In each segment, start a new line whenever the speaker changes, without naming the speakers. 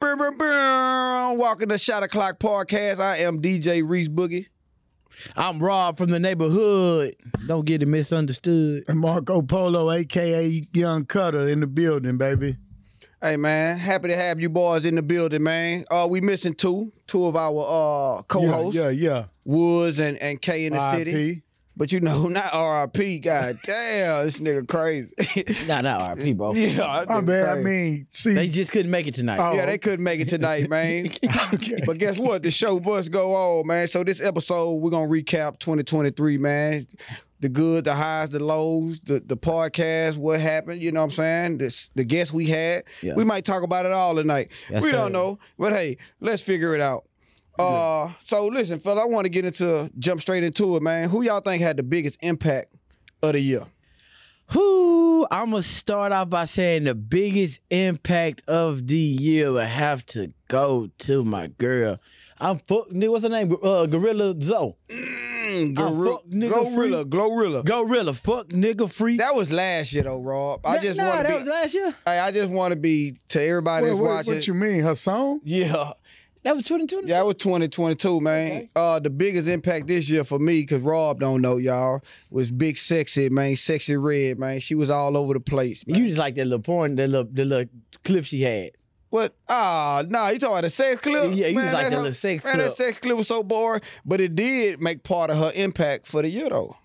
brr, brr, brr. Welcome to Shot O'Clock Podcast. I am DJ Reese Boogie.
I'm Rob from the neighborhood. Don't get it misunderstood.
And Marco Polo, aka Young Cutter, in the building, baby.
Hey man, happy to have you boys in the building, man. Uh, we missing two, two of our uh co-hosts,
Yeah, yeah.
Woods and and K in the
yeah.
city.
RIP.
But you know, not RIP. God damn, this nigga crazy.
Not not RP,
Oh,
bro.
yeah,
My bad. I mean, see,
They just couldn't make it tonight.
Oh.
yeah, they couldn't make it tonight, man.
okay.
But guess what? The show must go on, man. So this episode, we're gonna recap 2023, man. The good, the highs, the lows, the, the podcast, what happened, you know what I'm saying? This, the guests we had.
Yeah.
We might talk about it all tonight.
Yes,
we
sir.
don't know. But hey, let's figure it out. Uh so listen, fella, I want to get into jump straight into it, man. Who y'all think had the biggest impact of the year? Oh.
Whoo! I'm gonna start off by saying the biggest impact of the year would have to go to my girl. I'm fuck. nigga, What's her name? Uh, Gorilla Zoe.
Mm,
I
Gorilla,
Oh, fuck nigga
Glorilla, Glorilla.
Gorilla. Fuck nigga free.
That was last year though, Rob. I just
nah,
want
that
to
was
be.
last year.
Hey, I just want to be to everybody
Wait,
that's
what,
watching.
what you mean? Her song?
Yeah.
That was 2020.
Yeah, it was 2022, man.
Okay.
Uh, the biggest impact this year for me, cause Rob don't know y'all, was Big Sexy, man. Sexy Red, man. She was all over the place. man.
You just like that little porn, that little, that little clip she had.
what? Ah, nah. You talking about the sex clip?
Yeah, you
man,
was like that
her-
little sex
Man,
clip.
that sex clip was so boring, but it did make part of her impact for the year though.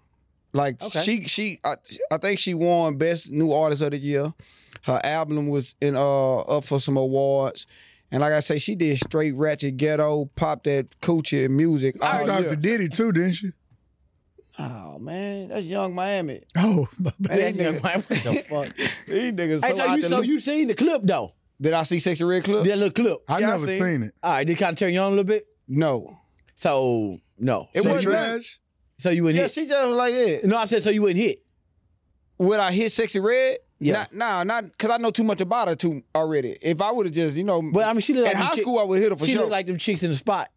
Like
Okay.
she, she, I, I think she won best new artist of the year. Her album was in uh up for some awards. And like I say, she did straight ratchet ghetto, pop that coochie and music. Oh,
I
all
talked
year.
to Diddy too, didn't she?
Oh man, that's Young Miami.
Oh, my bad.
Hey, that nigga-
what the fuck?
These niggas
Hey,
so
so
out
you,
the
so
loop.
you seen the clip though?
Did I see Sexy Red Club?
That little clip.
I
Yeah, I
never
seen
seen it.
All right, did it kind of turn you on a little bit?
No,
So no,
it
so,
wasn't.
You,
that-
Trash?
so you wouldn't
Yeah,
hit.
she just was like that.
no, I said so you wouldn't hit.
Would I hit Sexy Red?
Yeah.
Nah, nah, not because I know too much about her too already. If I would have just, you know,
But I mean, she looked
at
like them
high
chick-
school, I would hit her for
she
sure.
looked like them chicks in the spot.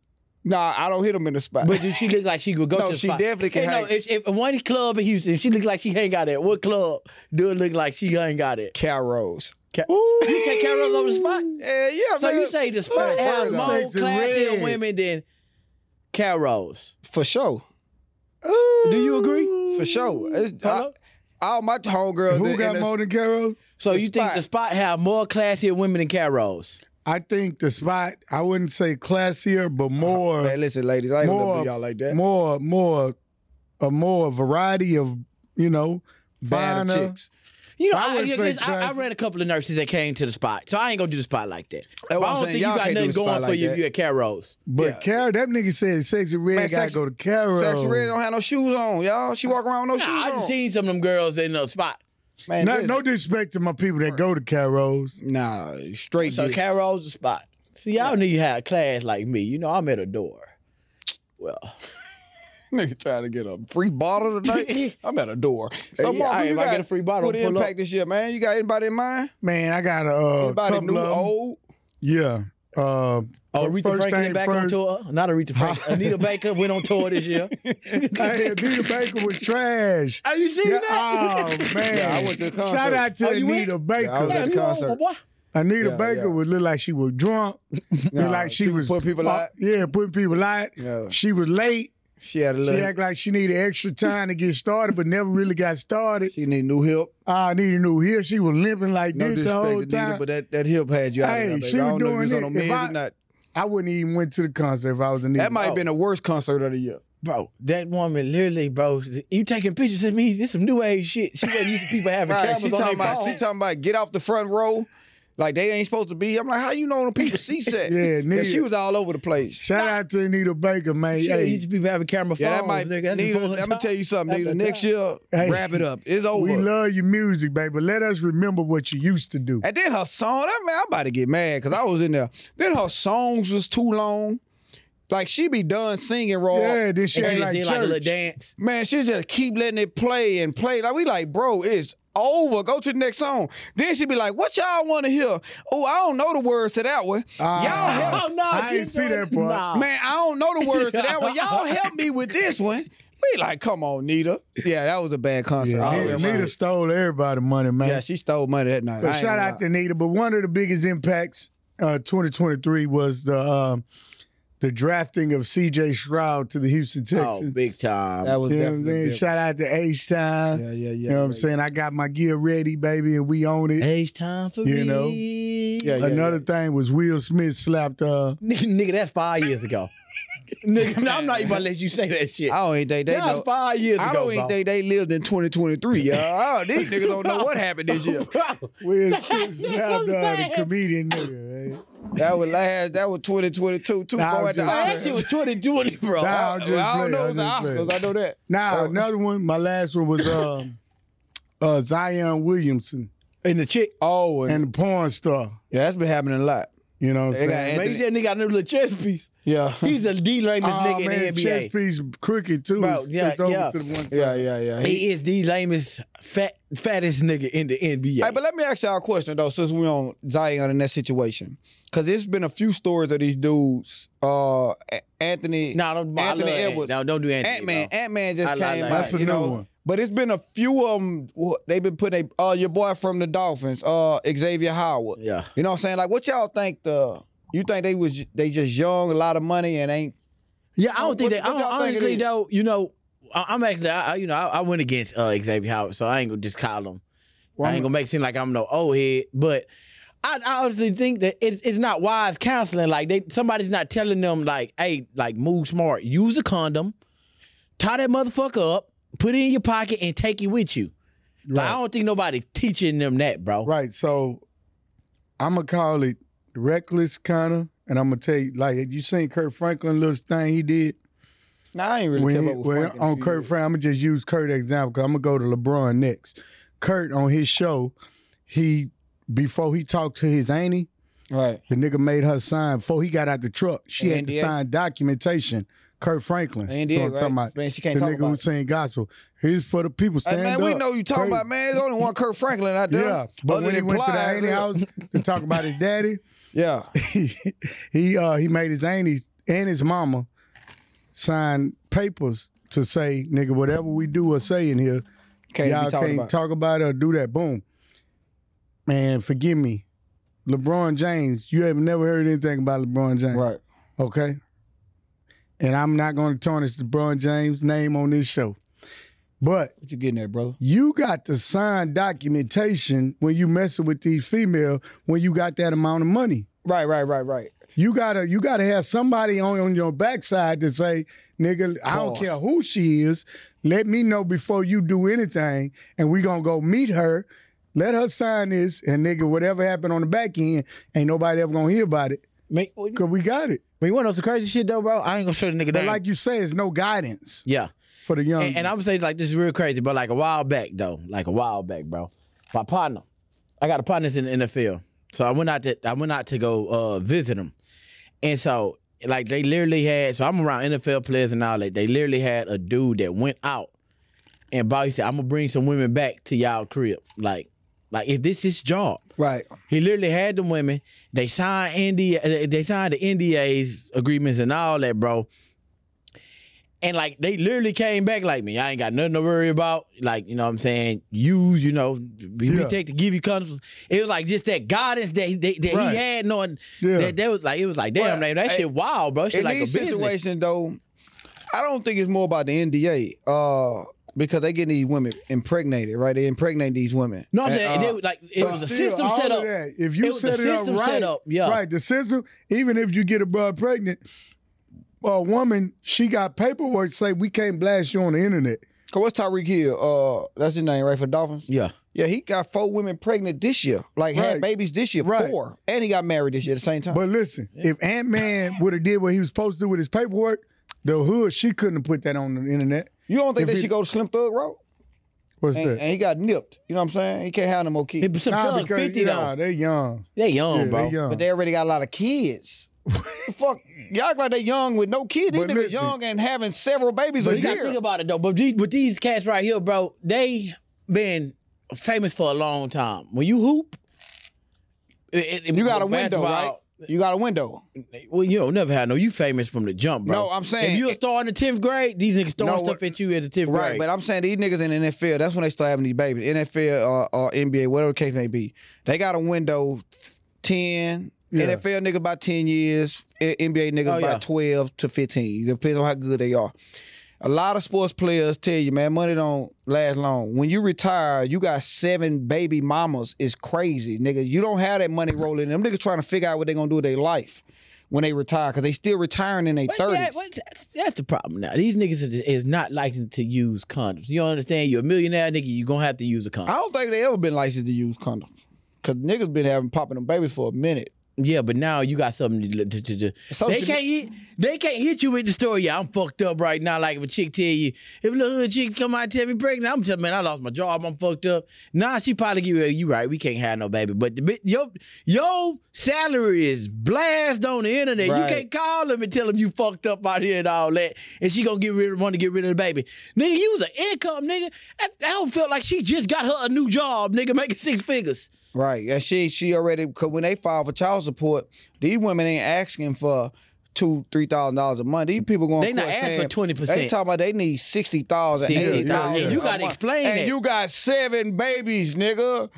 nah, I don't hit them in the spot.
But do she look like she could go
No,
to the
she
spot?
definitely can
Hey, no,
hang.
if, if one club in Houston, if she look like she hang out at what club? Do it look like she hang out at?
Cat Rose.
Ca-
Ooh.
You take Cat Rose over the spot?
Yeah, yeah,
So
man.
you say the spot
Hey,
has
further.
more
Sexy
classy
red.
women than Carols.
for sure,
Do you agree?
for sure. It's- I,
Hello?
all my homegirls.
Who
in- in
got
the-
more than Carol?
So
The
you think
spot.
the spot have more classy women than Carols?
I think the spot, I wouldn't say classier, but
Uh-huh.
more,
Man, listen, ladies, I ain't gonna
more,
do y'all like that.
more, more, a more variety of, you know,
Bad
finer.
chicks.
You know,
I
I, I,
wouldn't say
I- I
classy.
ran a couple of nurses that came to the spot, so I ain't gonna do the spot like that.
That's what
But I
I'm
don't
saying.
think
Y'all
you got
can't do
nothing
the spot
going for
like
you
that.
if you're at Carols.
But
Yeah.
Carol, that nigga said sexy red
Man,
gotta
Sex-
go to Carol.
Sexy Red don't have no shoes on, y'all. She walk around with no
Nah, I
shoes
just
on.
seen some of them girls in the spot.
Man,
No,
listen.
no disrespect to my people that go to Carol's.
Nah, straight.
So
dicks.
Carols the spot. See, y'all need to have class like me. You know, I'm at a door. Well,
nigga trying to get a free bottle tonight. I'm at a door. So,
yeah,
Mark,
all
who
right,
you
if I
got
get a free bottle,
for the
pull
impact
up.
this year, man? You got anybody in mind?
Man, I got a uh,
Anybody
couple
new,
of 'em.
old?
Yeah. Uh,
Oh, Aretha
first
Franklin
thing
back on
first.
tour. Not Aretha Franklin. Anita Baker went on tour this year.
hey, Anita Baker was trash.
Have you seen
Yeah,
that?
oh man!
Yeah, I went to the concert.
Shout out to
Oh, you went?
Anita
Yeah, I
Baker.
was at
Damn,
the
you old,
concert.
my boy.
Anita
Yeah,
Baker
yeah.
would look like she was drunk.
Nah,
look like she, was
put people
uh,
out.
Yeah, putting people out.
Yeah.
She was late.
She had a
She
little. She,
act like she needed extra time to get started, but never really got started.
need new hip.
I need a new heel. She was limping like
No
this the
disrespect
whole
to Nita,
time.
but that, that hip had you out
Hey,
of there, baby.
she
I
was
don't know if you was
doing
on
it.
no
If
meds
I-
or not.
I wouldn't even went to the concert if I was Anita.
That might have been the worst concert of the year.
Bro, that woman literally, bro, you taking pictures of me. This some new age shit. She wasn't used to people having
Right,
cameras
she
on their
talking about
phone.
she talking about get off the front row, like they ain't supposed to be. I'm like, how you know them people see that?
Oh, Yeah, nigga.
she was all over the place.
Shout out to Anita Baker, man.
She
Hey,
used to people having camera phones.
Yeah, that might.
nigga. That's
Nita,
before her
let me
time.
tell you something,
That's
Nita.
her
Next
time.
year,
Hey.
wrap it up. It's over.
we love your music, baby. Let us remember what you used to do.
and then her song. I mean, I'm about to get mad because I was in there. Then her songs was too long. Like she be done singing, raw.
Yeah, this
And
shit
she
ain't
just
like
did like a little
church.
dance.
Man, she just keep letting it play and play. Like we like, bro, it's over. Go to the next song. Then she be like, what y'all want to hear? Oh, I don't know the words to that one.
Ah.
y'all help
Oh, no,
I
you
ain't see
doing-
that part.
Nah.
Man, I don't know the words to that one. Y'all help me with this one. We like, come on, Nita. Yeah, that was a bad concert.
Yeah,
all the way
Anita,
around.
Anita stole everybody money, man.
yeah, she stole money that night.
but
I ain't
shout
gonna
out to
lie.
Anita. But one of the biggest impacts uh, 2023 was the um, the drafting of C.J. Stroud to the Houston Texans.
Oh, big time.
That was
you know what I'm
definitely
saying?
different.
Shout out to H Time.
Yeah, yeah, yeah.
you know what I'm saying? I got my gear ready, baby, and we own it.
Age time for
You know?
me.
Yeah, yeah.
Another thing was Will Smith slapped uh
Nigga, nigga, that's five years ago. nigga, I'm not even gonna let you say that shit.
I don't even think they
That was
know.
five years
I
ago.
don't even think they lived in 2023, y'all. Oh, these niggas don't know what happened this year.
bro. Bro,
Will Smith slapped uh, the
That's
comedian nigga. man.
That was last. That was 2022. Two
Nah,
boy
I'm
at the
just-
that shit
Oscars.
was 2020, bro.
Nah,
I
I'm
don't
just playing,
know it was
I'm
the
just playing.
Oscars. I know that.
Now
Oh.
another one. My last one was um, uh, Zion Williamson
And the chick,
Oh, and,
and the porn star.
yeah, that's been happening a lot.
You know, what
They
I'm
got
saying?
man, you said nigga got a new little chest piece.
Yeah,
He's a the lamest
Oh,
nigga
Oh, man,
in
his
the
chest
NBA.
piece crooked too.
Bro,
It's-
yeah,
it's over
yeah.
to the one side.
yeah, yeah, yeah. He-
He is the lamest, fat, fattest nigga in the NBA.
Hey, but let me ask y'all a question though, since we're on Zion in that situation, because there's been a few stories of these dudes. Uh, A- Anthony,
no, don't, I
Anthony
love Ant-
Edwards.
No, don't do Anthony.
Ant Man,
bro.
Ant Man just
I like
came
that.
out.
That's a
you
new
know,
one.
But it's been a few of them. They've been putting a, uh, your boy from the Dolphins, uh, Xavier Howard.
Yeah.
You know what I'm saying? Like, what y'all think the? You think they was they just young, a lot of money, and ain't
Yeah, I don't think
What-
that. I
what
don't-
y'all think it
honestly,
is?
though, you know, I, I'm actually, I, I- you know, I, I went against uh, Xavier Howard, so I ain't gonna just call him.
Well,
I ain't gonna make it seem like I'm no old head, but I, I honestly think that it's, it's not wise counseling. Like they, somebody's not telling them like, hey, like move smart, use a condom, tie that motherfucker up, put it in your pocket, and take it with you. Like, I
right.
don't think nobody teaching them that, bro.
right. So I'm gonna call it reckless kind of, and I'm gonna tell you like you seen Kurt Franklin little thing he did.
nah, I ain't really
when,
care
he-
about what
when-
Frank and
on
Fury
Kurt
is.
Frank, I'm gonna just use Kurt example because I'm gonna go to LeBron next. Kurt on his show, he before he talked to his auntie,
Right.
the nigga made her sign before he got out the truck. She had
NDA?
to sign documentation. Kurt Franklin,
And
so
did
I'm
right?
talking about
man, she
the
can't talk
nigga
about.
who
it.
sing gospel. Here's for the people.
Hey
Stand
man, we
up.
know you talking
Crazy.
about man. There's only one Kurt Franklin out there.
Yeah, but
Other
when he
than
went to the
Plies,
auntie
yeah.
house to talk about his daddy,
Yeah.
he uh he made his auntie and his mama sign papers to say, nigga, whatever we do or say in here,
Can't
y'all
be talking
can't
about.
talk about it or do that. Boom. Man, forgive me. LeBron James, you have never heard anything about LeBron James.
right.
Okay. And I'm not going to tarnish LeBron James' name on this show. But
What you getting at, brother?
you got to sign documentation when you messing with these female when you got that amount of money.
Right, right, right, right.
You gotta you gotta have somebody on, on your backside to say, nigga, I don't
Boss.
care who she is. Let me know before you do anything, and we gonna go meet her. Let her sign this, and nigga, whatever happened on the back end, ain't nobody ever gonna hear about it.
Man, man,
Cause we got it.
you wanna know some crazy shit though, bro? I ain't gonna show the nigga
But
that.
like you say, it's no guidance
yeah.
for the young.
And, and I'm saying like this is real crazy, but like a while back though, like a while back, bro. My partner, I got a partner that's in the NFL, so I went out to I went out to go uh, visit him, and so like they literally had. So I'm around NFL players and all that. They literally had a dude that went out, and Bobby said, "I'm gonna bring some women back to y'all crib, like." Like if this is job,
Right.
he literally had the women. They signed NDA. uh, They signed the NDAs agreements and all that, bro. And like they literally came back like me. I ain't got nothing to worry about. Like you know what I'm saying. You you know we we
Yeah.
take to give you condoms. It was like just that guidance that he- that, that
Right.
he had knowing
yeah.
that that was like it was like damn
Well,
man, that
I-
shit wild bro. Shit
In
like a
these
business.
situations, though, I don't think it's more about the NDA uh, because they getting these women impregnated, right? They impregnate these women.
No, I'm
And,
saying
uh,
they was like it
so
was a
Still,
system
all
set
of
up.
that, if
It
you
was
set
the
it up
system
right,
set up, yeah.
right. The system, even if you get a broad pregnant, a woman, she got paperwork say we can't blast you on the internet.
Cause what's Tyreek Hill? Uh, that's his name, right? For Dolphins.
Yeah.
Yeah, he got four women pregnant this year. Like
Right.
had babies this year,
Right.
four, and he got married this year at the same time.
But listen, if Ant Man would have did what he was supposed to do with his paperwork, the hood she couldn't have put that on the internet.
you don't think
if
they
he-
should go to Slim Thug route?
What's
And,
that?
and he got nipped. You know what I'm saying? He can't have no more kids.
It was some thug fifty
yeah,
though.
they young.
They young
Yeah,
bro.
they young.
But they already got a lot of kids. Fuck, y'all act like they young with no kids. These
But
niggas
listen-
young and having several babies a
But you gotta
year.
think about it though. But these, but these cats right here, bro, they been famous for a long time. When you hoop, it, it-
You got a
with
window,
basketball,
you got a window.
Well, you don't never had no. You famous from the jump, bro.
No, I'm saying-
if you a star in the tenth grade, these niggas
No,
throwing stuff at you at the tenth
Right,
grade.
but I'm saying these niggas in the NFL, that's when they start having these babies. uh, NFL or, or NBA, whatever the case may be, they got a window 10,
Yeah.
NFL nigga about 10 years, A- NBA niggas
Oh,
about
yeah.
12 to 15, depending on how good they are. A lot of sports players tell you, man, money don't last long. When you retire, you got seven baby mamas. It's crazy, nigga. You don't have that money rolling. Them niggas trying to figure out what they gonna do with their life when they retire, cause they still retiring in their
But
thirties.
that- but that's, that's the problem now. These niggas is, is not licensed to use condoms. You don't understand? You're a millionaire nigga. You're gonna have to use a condom.
I don't think they ever been licensed to use condoms, cause niggas been having popping them babies for a minute.
Yeah, but now you got something to, to, to, to-
Social
they can't hit, they can't hit you with the story. Yeah, I'm fucked up right now. Like if a chick tell you, if a little hood chick come out and tell me pregnant, I'm telling man, I lost my job, I'm fucked up. Nah, she probably give you, you right, we can't have no baby. But the bit- your your salary is blast on the internet.
Right.
You can't call them and tell them you fucked up out here and all that, and she gonna get rid want to get rid of the baby. Nigga, you was an income nigga. I, I don't feel like she just got her a new job, nigga, making six figures.
Right, and she she already because when they file for child support, these women ain't asking for two three thousand dollars a month. These people going
They not asking for 20%.
They talking about they need sixty thousand,
Yeah, yeah,
eighty thousand.
yeah. You gotta explain
And
that.
you got seven babies, nigga.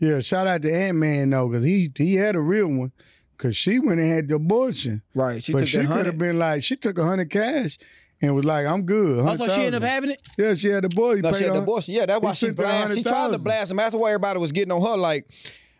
Yeah, shout out to Ant Man though, because he he had a real one, because she went and had the abortion,
Right, she
but
took
she
that
could have
hundred.
been like, she took a hundred cash and was like, I'm good.
Also, she ended
100,000.
up having it.
yeah, she had the boy. He
No,
paid
she had the
her-
abortion. Yeah, that's why
he
she
took that
blast. She tried to
100,000.
blast him. That's why everybody was getting on her like,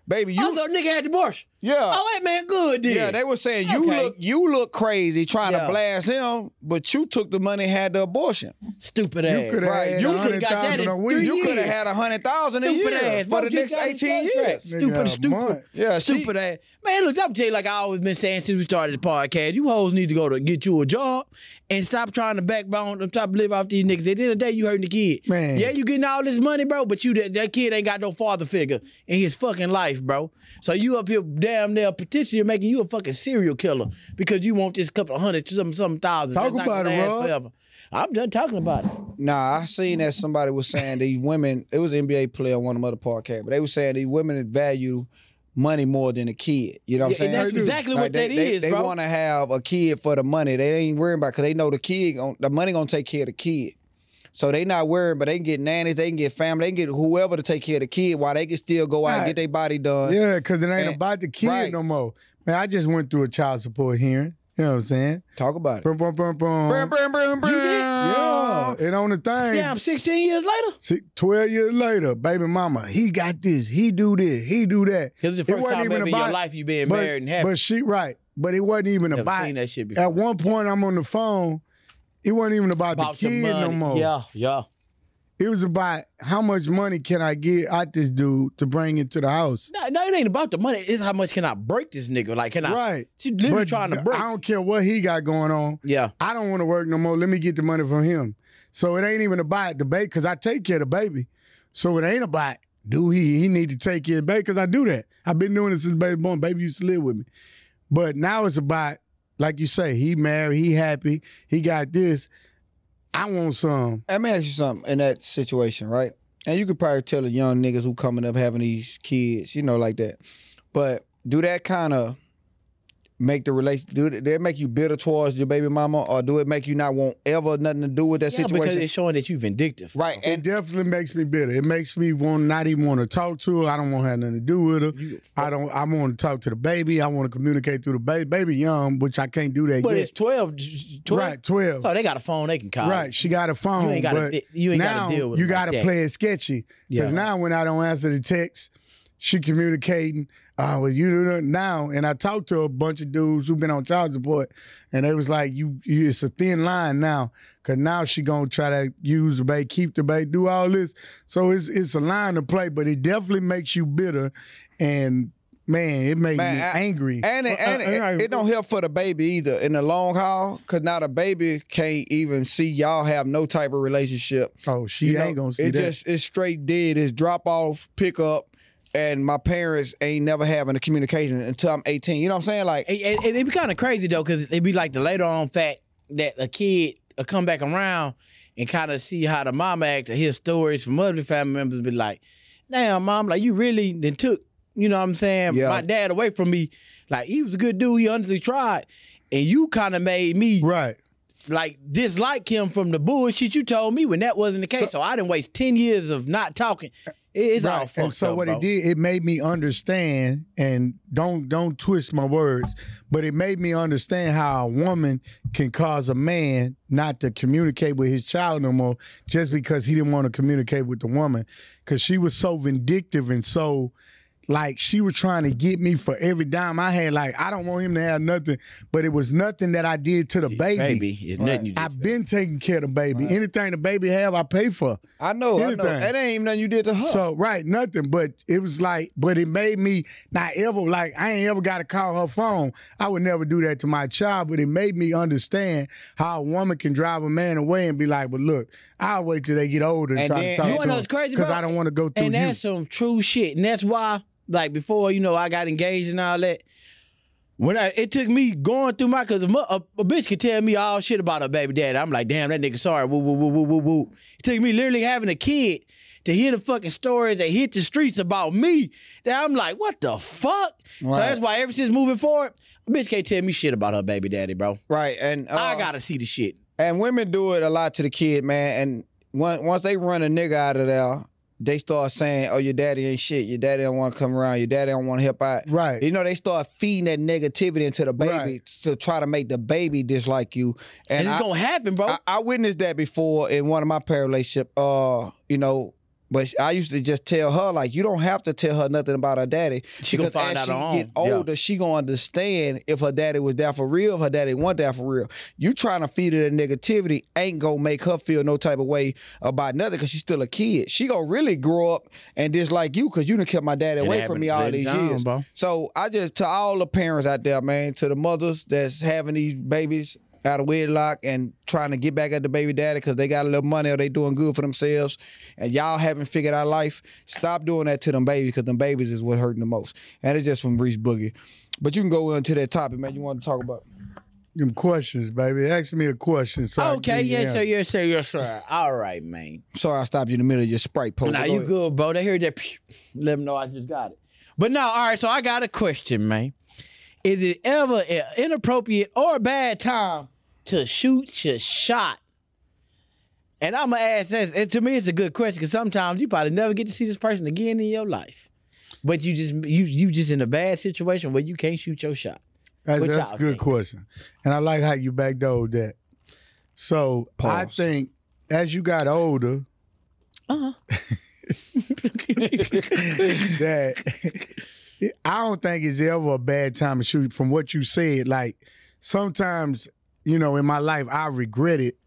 baby, you.
also, nigga had the abortion.
yeah,
Oh, that man good then.
Yeah, they were saying you
Okay.
look you look crazy trying
Yeah.
to blast him, but you took the money and had the abortion.
stupid ass.
You could have
Right,
had
you
you
coulda
could
got that
got
in
that a
three
week.
You
years.
could have had a hundred thousand a
Stupid
year
ass.
for the
Fuck, you
next
got it
eighteen years.
contract.
Nigga,
Stupid,
a
stupid.
month.
Yeah, she-
Stupid ass. Man, look, I'm telling you, like I always been saying since we started the podcast, you hoes need to go to get you a job and stop trying to backbone and stop live off these niggas. At the end of the day, you hurting the kid.
Man.
Yeah, you getting all this money, bro, but you that, that kid ain't got no father figure in his fucking life, bro. So you up here damn near potentially making you a fucking serial killer because you want this couple of hundred, some some thousand.
Talk
That's not
about
gonna
it,
last
Rob.
forever. I'm done talking about it.
Nah, I seen
Mm-hmm.
that somebody was saying these women. It was an NBA player on one of them other podcast, but they was saying these women value money more than a kid. You know what
Yeah,
I'm
and
saying?
that's exactly what
they,
that
they-
is,
They,
bro.
want to have a kid for the money. They ain't worrying about because they know the kid, gon- the money gonna take care of the kid. So they not worrying, but they can get nannies, they can get family, they can get whoever to take care of the kid while they can still go out and
Right.
get their body done.
Yeah, because it ain't
And-
about the kid
right.
no more. Man, I just went through a child support hearing. You know what I'm saying?
Talk about it.
Brum, brum, brum, brum.
Brum, brum, brum,
You
brum.
did?
Yeah, and on the thing,
Damn, 16 years later.
si- 12 years later, baby mama, he got this, he do this, he do that.
Because it's the
It
first
wasn't
time
even
ever in your
about-
life you been
but,
married and happy.
But she, right. But it wasn't even
Never
about
seen that shit before.
At one point, I'm on the phone. It wasn't even about,
About
the
the
kid no
money.
more.
Yeah, yeah.
It was about how much money can I get out this dude to bring into the house.
No, no, it ain't about the money. It's how much can I break this nigga? Like, can I?
Right.
She literally
But
trying to break.
I don't care what he got going on.
Yeah,
I don't want to work no more. Let me get the money from him. So it ain't even about the baby because I take care of the baby. So it ain't about do he he need to take care of the baby because I do that. I've been doing this since baby born. Baby used to live with me, but now it's about like you say he married, he happy, he got this. I want some.
Let me ask you something in that situation, right? And you could probably tell the young niggas who coming up having these kids, you know, like that. But do that kind of make the relation? Do it- that make you bitter towards your baby mama, or do it make you not want ever nothing to do with that
yeah because
situation?
it's showing that you vindictive.
right,
It
and
definitely makes me bitter. It makes me want not even want to talk to her. I don't want to have nothing to do with her.
You-
I don't. I want to talk to the baby. I want to communicate through the baby. Baby young, which I can't do that
But
yet.
it's 12, 12.
Right, twelve.
So they got a phone they can call.
Right, she got a phone.
You ain't got
but
to. You ain't
now
got to deal with.
you
them
got to
like that.
play it sketchy.
Yeah.
Because now when I don't answer the text, she communicating. Oh, well, you do that now. And I talked to a bunch of dudes who've been on child support, and they was like, "You, you it's a thin line now, because now she gonna try to use the bait, keep the bait, do all this. So it's it's a line to play, but it definitely makes you bitter, and man, it makes
Man,
me
I-
angry.
and it, and
Uh, uh,
it, it don't help for the baby either in the long haul, cause now the baby can't even see y'all have no type of relationship.
oh, she
You know,
ain't gonna see
it
that.
just it's straight dead. It's drop off, pick up, and my parents ain't never having a communication until I'm 18. You know what I'm saying? Like
And, and- and it'd be kind of crazy though, because it'd be like the later on fact that a kid will come back around and kind of see how the mom act or hear stories from other family members and be like, damn, mom, like you really then took, you know what I'm saying,
Yeah.
my dad away from me. Like he was a good dude, he honestly tried. And you kind of made me
right.
like dislike him from the bullshit you told me when that wasn't the case. So, I didn't waste 10 years of not talking It- it's all
Right.
fucked
And so
up,
what
bro.
it did, it made me understand, and don't don't twist my words, but it made me understand how a woman can cause a man not to communicate with his child no more just because he didn't want to communicate with the woman, because she was so vindictive and so. Like she was trying to get me for every dime I had. Like I don't want him to have nothing, but it was nothing that I did to the baby.
baby, it's nothing you did.
I've been taking care of the baby. Anything the baby have, I pay for.
I know, I
Here's the
know.
thing.
That ain't even nothing you did to
Oh.
her.
So right, nothing. But it was like, but it made me not ever like I ain't ever got to call her phone. I would never do that to my child. But it made me understand how a woman can drive a man away and be like, well, look, I'll wait till they get older and,
And
try
then-
to talk
You
wanna know what's crazy,
because
bro?
I don't want to go through
and
you.
that's some true shit. And that's why, like before, you know, I got engaged and all that. When I, it took me going through my, cause a, mo- a, a bitch could tell me all shit about her baby dad. I'm like, damn, that nigga sorry. Woo, woo, woo, woo, woo, woo. It took me literally having a kid to hear the fucking stories that hit the streets about me. That I'm like, what the fuck? So
Right.
that's why ever since moving forward, a bitch can't tell me shit about her baby daddy, bro.
right, and uh,
I gotta see the shit.
and women do it a lot to the kid, man. And once once they run a nigga out of there, they start saying, "Oh, your daddy ain't shit. Your daddy don't want to come around. Your daddy don't want to help out."
Right.
You know, they start feeding that negativity into the baby
Right.
to try to make the baby dislike you.
And,
And,
it's
I,
gonna happen, bro.
I, I witnessed that before in one of my parent relationship. Uh, you know, but I used to just tell her like, you don't have to tell her nothing about her daddy.
She gonna
because
find
as
out on her
she get
own. Yeah.
older, she gonna understand if her daddy was there for real, if her daddy wasn't there for real. You trying to feed her that negativity ain't gonna make her feel no type of way about nothing because she's still a kid. She gonna really grow up and dislike you because you done kept my daddy
It
away from
happened
me all
later
these
down,
years.
bro.
So I just to all the parents out there, man, to the mothers that's having these babies out of wedlock and trying to get back at the baby daddy because they got a little money or they doing good for themselves, and y'all haven't figured out life. Stop doing that to them babies because them babies is what hurting the most. And it's just from Reese Boogie. But you can go into that topic, man. You want to talk about?
Them questions, baby. Ask me a question. So I can
okay,
give you
yes,
the
sir,
answer.
yes, sir, yes, sir. All right, man.
Sorry, I stopped you in the middle of your Sprite post.
Nah,
Go
you
ahead.
good, bro. They heard that. Pew, let them know I just got it. But no, all right. So I got a question, man. Is it ever an inappropriate or a bad time to shoot your shot? And I'm gonna ask this. And to me, it's a good question because sometimes you probably never get to see this person again in your life. But you just you you just in a bad situation where you can't shoot your shot.
That's,
What
that's a
y'all
good
think?
question. And I like how you backdoored that. So I
Pause.
think as you got older,
Uh huh.
that I don't think it's ever a bad time to shoot. From what you said, like sometimes you know in my life I regret it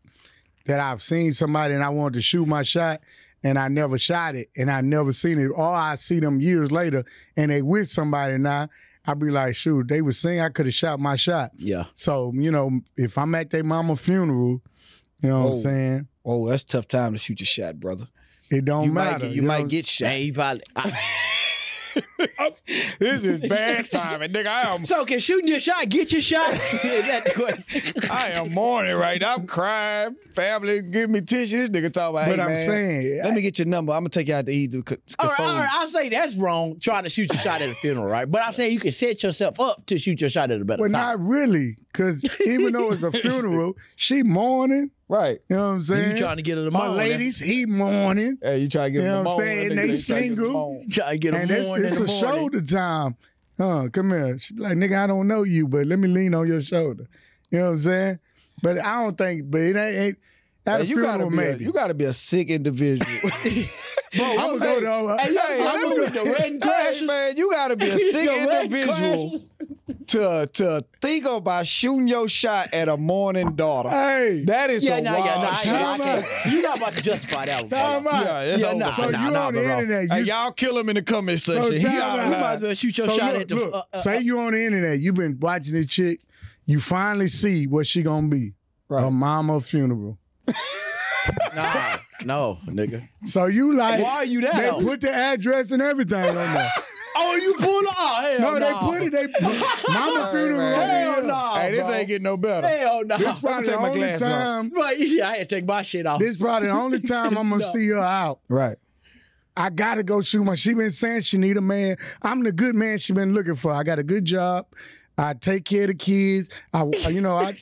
that I've seen somebody and I wanted to shoot my shot and I never shot it and I never seen it. Or I see them years later and they with somebody now. I be like, shoot, they was saying I could have shot my shot.
yeah.
So you know, if I'm at their mama funeral, you know what
Oh.
I'm saying.
Oh, that's a tough time to shoot your shot, brother.
It don't
You might
matter.
get, you,
know what
might
I'm
get shot.
Man, you probably. I-
This is bad timing, nigga. I am
so can shooting your shot get your shot? Is that the question?
I am mourning right now. I'm crying. Family, give me tissue. This nigga talking about.
But
hey,
I'm
man,
saying-
let me get your number. I'm gonna take you out to eat. To c-
All right,
console
all
you."
right. I'll say that's wrong. Trying to shoot your shot at a funeral, right? But I'm saying you can set yourself up to shoot your shot at a better
Well,
time.
not really, because even though it's a funeral, she mourning.
Right.
You know what I'm saying?
you trying to get her to
My
mourn?
ladies, he mourning,
Hey, you try to get
You
him
know
a
what
moan,
I'm saying?
that nigga
They
just trying to get him a
single.
moan.
trying to get
and
her
it's,
mourn in
it's
the
a
morning.
shoulder time. Uh, come here. She be like, nigga, I don't know you, but let me lean on your shoulder. You know what I'm saying? But I don't think. But it ain't. ain't at
Hey,
a
you
funeral,
gotta be. A,
maybe.
you gotta be a sick individual.
I'm gonna go to. uh,
Hey, yo,
Hey,
remember
let
with the red
hey,
crashes?
man, you gotta be a sick
The red
individual to to think about shooting your shot at a morning daughter.
hey,
That is
Yeah,
a
no,
wild
yeah, no, I,
shit.
can't- I can't. You're not about to justify that one.
time
bro.
out.
Yeah, it's
Yeah,
over.
nah,
so
So-
nah,
you
nah,
on
bro,
the
bro.
internet?
hey,
you
y'all kill him in the comment section.
So
he
time
out
out.
You might as well shoot your
So
shot
look,
at the.
look,
uh, uh,
say you on the internet, you've been watching this chick, you finally see what she gonna be. A mama funeral.
nah, uh, no, nigga.
So you like
Why are you that?
they
though?
put the address and everything on there.
oh, you pulled. Oh, hell
no, they
nah.
put it, they put mama
Hey,
funeral on
man.
there.
Hell nah,
Hey, this
bro.
ain't getting no better.
Hell no.
This probably
take
the
my
only
glass off.
time
Right, yeah, I had to take my shit off.
this probably the only time I'm gonna
No.
see her out.
Right.
I gotta go shoot my. She been saying she need a man. I'm the good man she been looking for. I got a good job. I take care of the kids. I, you know, I,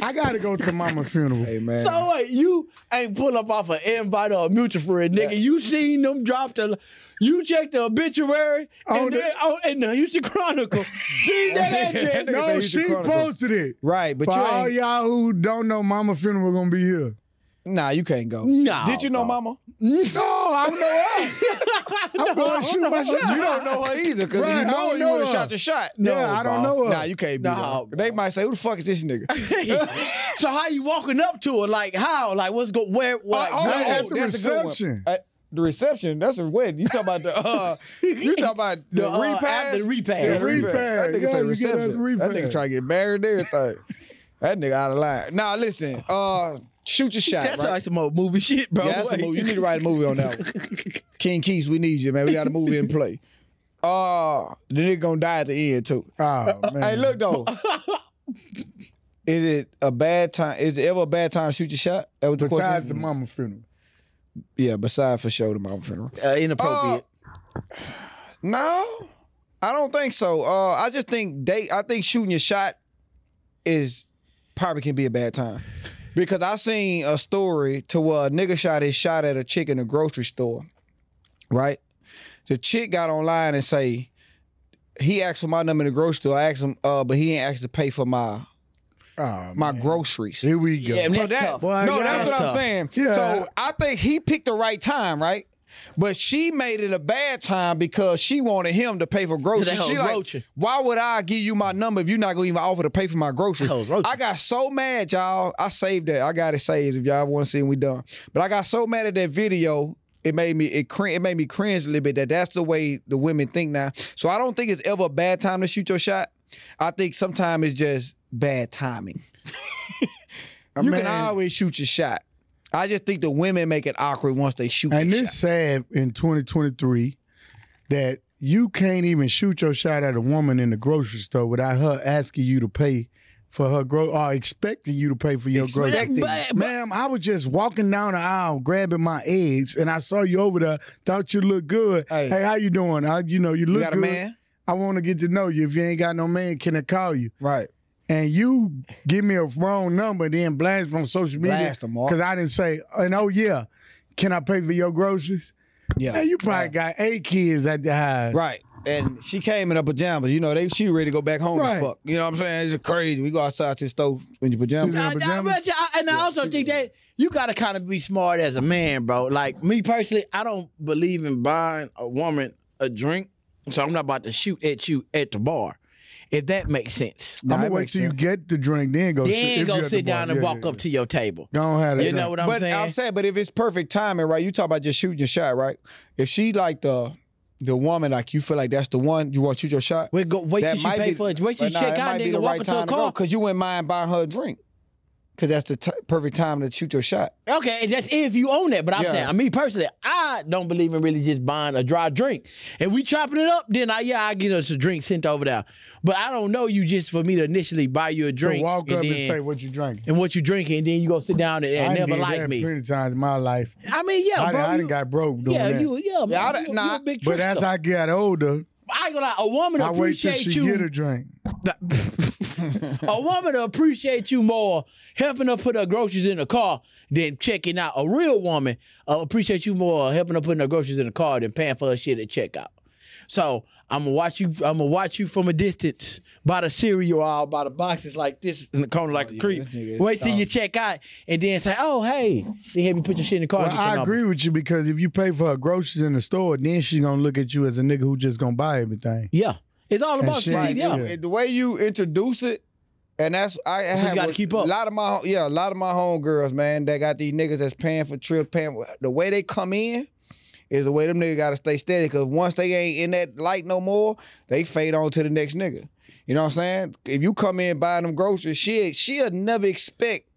I gotta go to mama's funeral.
Hey man.
So wait, you ain't pull up off an invite or a mutual friend, nigga.
Yeah.
You seen them drop the, you checked the obituary
Oh,
and
the-
the, oh, in the Houston Chronicle. seen that address.
That nigga
No,
said he's a
she
chronicle.
posted it.
right, but
For
you
all
ain't,
y'all who don't know, Mama funeral gonna be here.
nah, you can't go.
No,
Did you know
bro.
Mama?
No, I don't know. her. I'm going to shoot my shot.
You don't know her either, because if
Right, I
you know her, you
don't know
would
her.
have shot your shot.
Yeah, I don't
bro.
know her.
Nah, you can't be
Nah,
there. They might say, "Who the fuck is this nigga?"
so how you walking up to her? Like how? Like what's going? Where? What?
Oh,
Not
oh,
at the
that's a good one.
reception.
At the reception, that's a wedding. You talk about the uh, you talk about the,
The, uh,
repass,
after the repass.
Yeah,
The
repass.
repass.
That nigga
Yeah,
say
you get that
reception.
repass.
That nigga try to get married and everything. that nigga out of line. Nah, listen. Uh, shoot your shot.
That's
right?
like some old movie shit, bro.
Yeah, that's a movie. You need to write a movie on that one. King Keys, we need you, man. We got a movie in play. Uh, the nigga gonna die at the end too.
Oh man.
Hey, look though. Is it a bad time? Is it ever a bad time to shoot your shot? That was the
Besides the
question.
Mama funeral.
yeah, besides for sure the mom funeral. Uh,
Uh,
Oh,
inappropriate.
No, I don't think so. Uh, I just think they. I think shooting your shot is probably can be a bad time because I seen a story to where a nigga shot his shot at a chick in a grocery store. Right, the chick got online and say he asked for my number in the grocery store. I asked him, uh, but he ain't asked to pay for my
Oh,
my
man.
groceries.
Here we go.
Yeah,
So
That's
that
tough.
Boy,
no,
yeah,
that's
that's
what I'm
tough.
saying.
Yeah.
So I think he picked the right time, right? But she made it a bad time because she wanted him to pay for groceries.
That hoe
She like,
roaching.
why would I give you my number if you're not gonna even offer to pay for my groceries?
That hoe's roaching.
I got so mad, y'all. I saved that. I got it saved. If y'all want to see, it, we done. But I got so mad at that video. It made me it cring, it made me cringe a little bit that that's the way the women think now. So I don't think it's ever a bad time to shoot your shot. I think sometimes it's just bad timing. You
Man.
can always shoot your shot. I just think the women make it awkward once they shoot.
And
their
it's sad in 2023 that you can't even shoot your shot at a woman in the grocery store without her asking you to pay for her gro or expecting you to pay for your groceries.
Expecting. But- but-
Ma'am, I was just walking down the aisle grabbing my eggs and I saw you over there, thought you looked good. Hey,
Hey.
how you doing? I, you know, you
shot.
look
You got a
good.
man,
I want to get to know you. If you ain't got no man, can I call you?
right?
And you give me a wrong number, then blast me on social media
Blast them
because
off.
I didn't say, and oh yeah, can I pay for your groceries?
Yeah,
Hey, you probably got eight kids at the house.
right. And she came in her pajamas. You know, they she ready to go back home.
Right.
And fuck. You know what I'm saying? It's just crazy. We go outside to the stove in your pajamas.
Yeah.
I, I
pajamas?
bet you- I- and I also think that you gotta kind of be smart as a man, bro. Like me personally, I don't believe in buying a woman a drink, so I'm not about to shoot at you at the bar, if that makes sense.
I'm
Nah,
gonna
it
wait
makes
till you
sense.
get the drink, then go. sit,
Then
if
go
you at the
sit
bar.
down and
Yeah,
walk
yeah,
up to your table.
yeah. Don't have that.
You know what I'm
but
saying?
I'm saying, but if it's perfect timing, right? You talk about just shooting your shot, right? If she like the the woman, like you feel like that's the one, you want to shoot your shot.
Wait, go, wait till
That
she
might
pay
be-
for it. Wait till
But nah,
she check
it
out,
might be
nigga,
the
walk
right
into a
time to go
car.
because you wouldn't mind buying her a drink. Cause that's the t- perfect time to shoot your shot.
Okay, and that's if you own that. But I'm
Yeah.
saying, I mean, personally, I don't believe in really just buying a dry drink. If we chopping it up, then I yeah, I get us a drink sent over there. But I don't know you just for me to initially buy you a drink
To walk
and,
up and
then-
say what you drinking.
and what you drinking, and then you go sit down and, and
I
never
did
like
that
me.
Plenty times in my life.
I mean, yeah,
I,
bro,
done- I
you-
done got broke doing
yeah,
that.
you, yeah,
Yeah, I
man,
done-
you,
nah,
you a big
but as
trickster.
I got older,
I ain't gonna lie, a woman
I wait till
appreciate
she
you.
get a drink.
a woman will appreciate you more helping her put her groceries in the car than checking out. A real woman uh, appreciate you more helping her putting her groceries in the car than paying for her shit at checkout. So I'm gonna watch you. I'm gonna watch you from a distance by the cereal aisle, by the boxes like this in the corner like a
Oh, yeah,
creep.
this nigga is
Wait till you
dumb.
check out and then say, "Oh hey," then have you put your shit in the car. and
Well,
get your
I
number.
agree with you because if you pay for her groceries in the store, then she gonna look at you as a nigga who just gonna buy everything.
Yeah, it's all about
shit.
strategy, yeah.
Yeah.
It- the way you introduce it, and that's I I
you
have
gotta
a
keep up.
lot of my yeah, a lot of my homegirls, man, that got these niggas that's paying for trips, paying the way they come in. Is the way them niggas gotta stay steady, cause once they ain't in that light no more, they fade on to the next nigga. You know what I'm saying? If you come in buying them groceries, she she'll never expect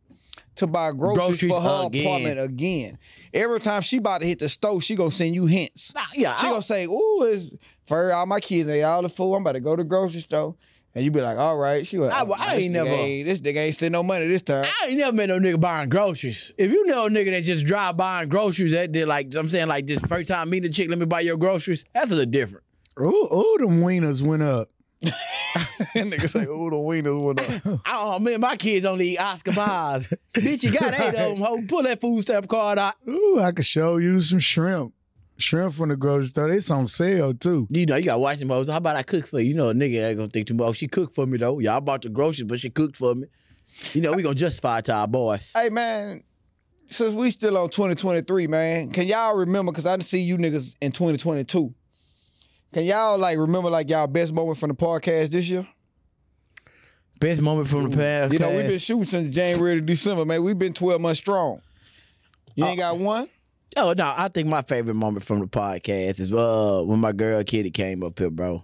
to buy groceries,
Groceries
for her
again.
apartment again. Every time she about to hit the store, she gonna send you hints.
Nah, yeah,
She
I-
gonna say, "Ooh, it's for all my kids. They all the fool. I'm about to go to the grocery store." And you be like, "All right." She like,
I-
"Oh,
I
this
ain't
nigga
never-
Ain't, this nigga ain't send no money this time."
I ain't never met no nigga buying groceries. If you know a nigga that just drive buying groceries, that did like I'm saying, like this first time meeting a chick, let me buy your groceries. That's a little different.
Ooh, ooh, them wieners went up.
and niggas say, "Ooh, the wieners went up."
Oh man, my kids only eat Oscar bars. Bitch, you got eight of them. Ho, pull that food stamp card out.
Ooh, I could show you some shrimp. Shrimp from the grocery store. It's on sale too.
You know, you gotta watch them hoes. How about I cook for you? You know, a nigga ain't gonna think too much. Oh, she cooked for me though. Y'all bought the groceries, but she cooked for me. You know, we gonna justify it to our boys.
hey man, since we still on 2023, man, can y'all remember? Cause I didn't see you niggas in 2022. Can y'all like remember like y'all best moment from the podcast this year?
Best moment from the past.
You know, we've been
class.
shooting since January to December, man. We've been 12 months strong. You ain't got one?
Oh no, I think my favorite moment from the podcast is uh when my girl Kitty came up here, bro.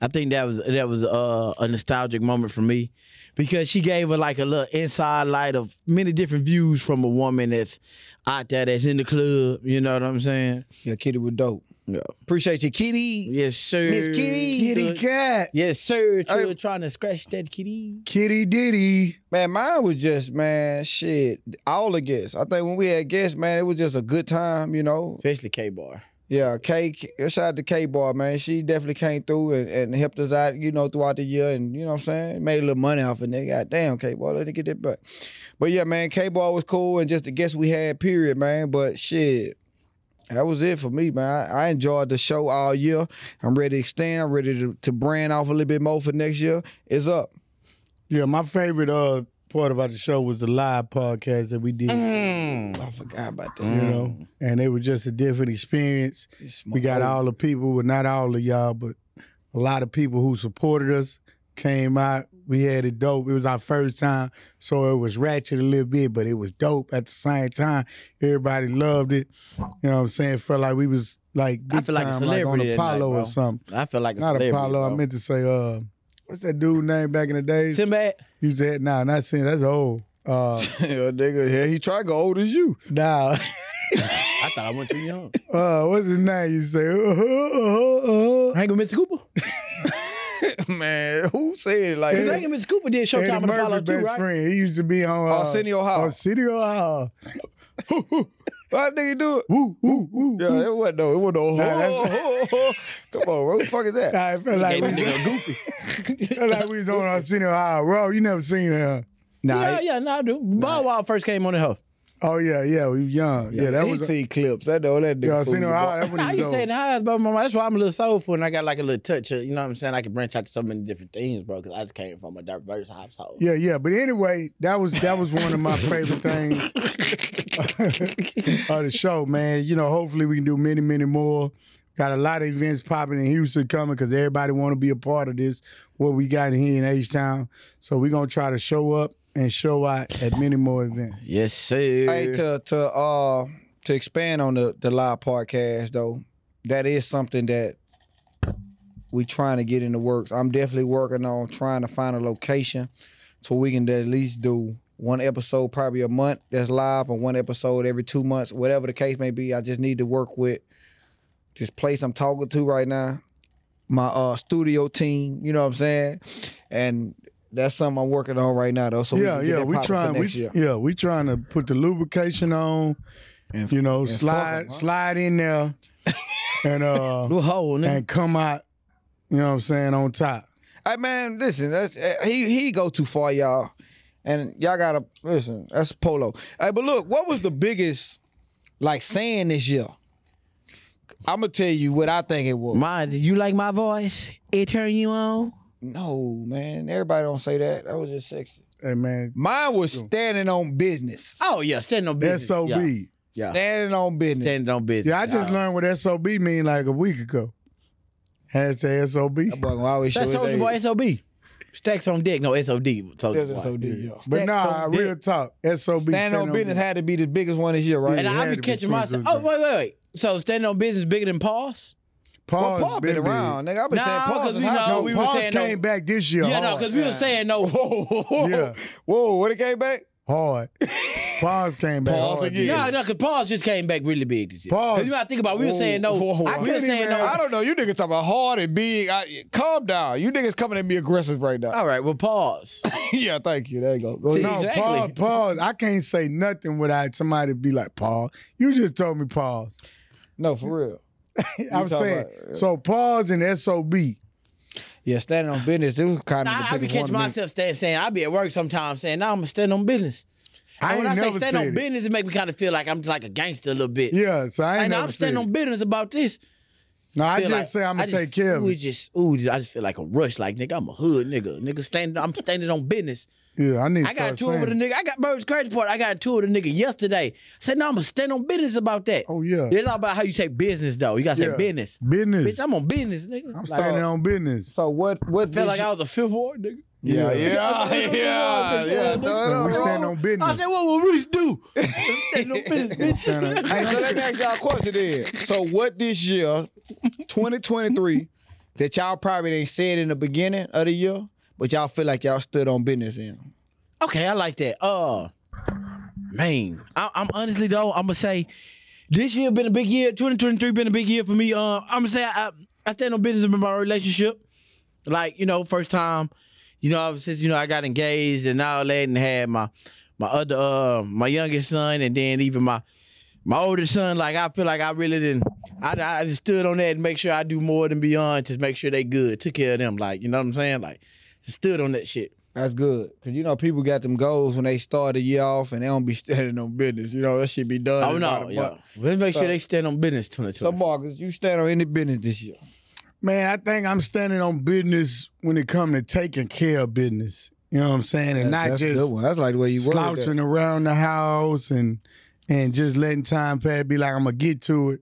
I think that was that was uh, a nostalgic moment for me because she gave her like a little inside light of many different views from a woman that's out there that's in the club. You know what I'm saying?
Yeah, Kitty was dope.
Yeah.
Appreciate you, Kitty.
Yes, sir.
Miss Kitty.
Kitty cat.
Yes, sir.
Hey.
You were trying to scratch that kitty.
Kitty Diddy.
Man, mine was just, man, shit. All the guests. I think when we had guests, man, it was just a good time, you know.
Especially K Bar.
Yeah, K shout out to K Bar, man. She definitely came through and, and helped us out, you know, throughout the year and you know what I'm saying? Made a little money off of nigga. God damn, K Bar, let me get that back. But yeah, man, K Bar was cool and just the guests we had, period, man. But shit. That was it for me, man. I, I enjoyed the show all year. I'm ready to extend. I'm ready to, to brand off a little bit more for next year. It's up.
Yeah, my favorite uh part about the show was the live podcast that we did. Mm.
I forgot about that.
You know,
Mm.
and it was just a different experience. Mm. We got all the people, well, not all of y'all, but a lot of people who supported us came out. We had it dope. It was our first time, so it was ratchet a little bit, but it was dope at the same time. Everybody loved it. You know what I'm saying? Felt like we was like
I
big
feel like a
time, on
celebrity that night,
Apollo
bro.
or something.
I feel like a
Not
celebrity,
Apollo. I
bro.
meant to say, uh, what's that dude name back in the days?
Sinbad.
You said, nah, not saying that's old. Uh,
yeah, nigga. Yeah, he tried to go old as you.
nah.
I thought I went too young.
Uh, what's his name? You say, uh, uh, uh, uh.
Hang with Mr. Cooper.
man, who said it like
Because
that?
Hang with Mr. Cooper did
Eddie
Showtime with
Murphy,
Apollo
best
too, right?
friend. He used to be on uh,
Oh,
Arsenio Oh, Hall.
Arsenio Hall.
Why nigga do it?
Woo, woo, woo.
Yeah, it wasn't no, it wasn't no.
Nah,
Come on, bro, what the fuck is that?
Nah, it felt like,
Gave that
we,
nigga a goofy.
felt like we was on Arsenio Hall. Bro, you never seen her.
yeah, yeah, no, I do. Bow Wow first came on the hoe. Oh,
Oh, yeah, yeah, we were young. Yeah, that
he
was.
see clips. I know that nigga.
Yeah,
fool you,
Arsenio Hall,
bro.
that
How
was
you saying
dope.
hi, bro? Mama? That's why I'm a little soulful and I got like a little touch. Of, you know what I'm saying? I can branch out to so many different things, bro. Because I just came from a diverse household.
Yeah, yeah, but anyway, that was that was one of my favorite things of the show, man. You know, hopefully we can do many, many more. Got a lot of events popping in Houston coming because everybody want to be a part of this. What we got here in H Town, so we're gonna try to show up and show out at many more events.
Yes, sir.
Hey, to to uh to expand on the the live podcast though, that is something that we trying to get in the works. I'm definitely working on trying to find a location so we can at least do one episode probably a month that's live and one episode every two months, whatever the case may be. I just need to work with this place I'm talking to right now, my uh studio team, you know what I'm saying? And that's something I'm working on right now though. So
yeah,
we can get
yeah,
that
we
popping for
trying, we,
next year.
yeah, we trying to put the lubrication on.
And-
you know,
fuck 'em,
slide
huh?
slide in there, and uh,
Little hole, nigga.
and come out. You know what I'm saying on top.
Hey man, listen, that's uh, he he go too far, y'all, and y'all gotta listen. That's Polo. Hey, but look, what was the biggest like saying this year? I'm gonna tell you what I think it was.
Mine, you like my voice? It turn you on?
no, man, everybody don't say that. That was just sexy.
Hey man,
Mine was standing on business.
Oh yeah, standing on business.
SOB.
Yeah, yeah.
Standing on business.
standing on business.
Yeah, I just learned what SOB mean like a week ago. Hashtag
That
SOB.
boy gonna always show
That's
his
Soldier
age.
Boy SOB. Stacks on dick. No, SOD. Soldier
That's
Boy.
SOD, yeah.
But nah,
on
real talk. SOB.
Standing on business had to be the biggest one this year, right?
And
Yeah,
I
had
be
to be
catching
friends
myself.
with
Oh,
him.
wait, wait, wait. So standing on business bigger than Paul's?
well,
Paul's
Paul been
big.
around, nigga. I've been
Nah,
saying Paul's
'cause
in
we
high
know
school.
No,
we were
Paul's
saying
came
no-
back this year
yeah, no,
hard.
because we were saying no.
Whoa,
Yeah.
whoa, when it came back?
hard. Paul's came back
Paul's
hard.
again.
No, no, because Paul's just came back really big this year.
Paul's-
'Cause You gotta think about it, we were saying no.
Whoa, whoa,
we
I
were
couldn't
saying
even-
no.
I don't know. You niggas talking about hard and big. I, calm down. You niggas coming at me aggressive right now.
All right, well, pause.
yeah, thank you. There you go. Go
See,
ahead.
No,
Exactly.
Paul, Paul, I can't say nothing without somebody be like, Paul, you just told me pause.
No, for real.
I'm
talking
uh,
saying,
about-
so pause and SOB.
Yeah, standing on business. It was kind of
I,
the
I be
biggest one.
catching
to me.
myself stand, saying I be at work sometimes saying, nah, I'm gonna stand on business.
I
And
ain't
when I say
never
stand
said
on
it.
business, it make me kind of feel like I'm just like a gangster a little bit.
Yeah, so I
Like, nah,
ain't never
I'm
said it.
standing on business about this.
No,
feel
I just
like-
say I'm gonna
I just-
take care of
ooh,
it.
it's just ooh, I just feel like a rush. Like nigga, I'm a hood nigga. Nigga standing, I'm standing on business.
Yeah, I need. To
I got
start
two
saying
with a
it.
nigga. I got Bird's crazy part. I got two with a nigga yesterday. I said no, I'm gonna stand on business about that.
Oh yeah,
It's all about how you say business though. You gotta say
Yeah.
business.
business.
Bitch, I'm on business, nigga.
I'm
Like,
standing on business.
So what? What?
I felt
did
like
you-
I was a fifth ward nigga.
yeah, yeah,
Yeah.
yeah, yeah.
No,
dog,
we
dog.
stand on
I
business.
said, what will Reese do? I'm standing on business, bitch.
Standing-
Hey, so let me ask y'all a question then. So what this year, 2023, that y'all probably ain't said in the beginning of the year, but y'all feel like y'all stood on business in?
Okay, I like that. Uh, man, I, I'm honestly though, I'm gonna say this year been a big year. 2023 been a big year for me. Uh, I'm gonna say I, I, I stand on business in my relationship. Like you know, first time, you know, ever since you know I got engaged and all that, and had my my other uh my youngest son, and then even my my oldest son. Like I feel like I really didn't. I, I just stood on that and make sure I do more than beyond to make sure they good. Took care of them. Like you know what I'm saying. Like stood on that shit.
That's good. Cause you know people got them goals when they start the year off and they don't be standing on business. You know, that shit be done.
Oh
in about
no,
a
yeah.
month.
Let's make sure
So-
they stand on business twenty
So
twenty.
Marcus, you stand on any business this year.
Man, I think I'm standing on business when it come to taking care of business. You know what I'm saying, and
That-
not
that's a good
just
one. That's like the way you word that.
slouching around the house and and just letting time pass. Be like, I'm gonna get to it.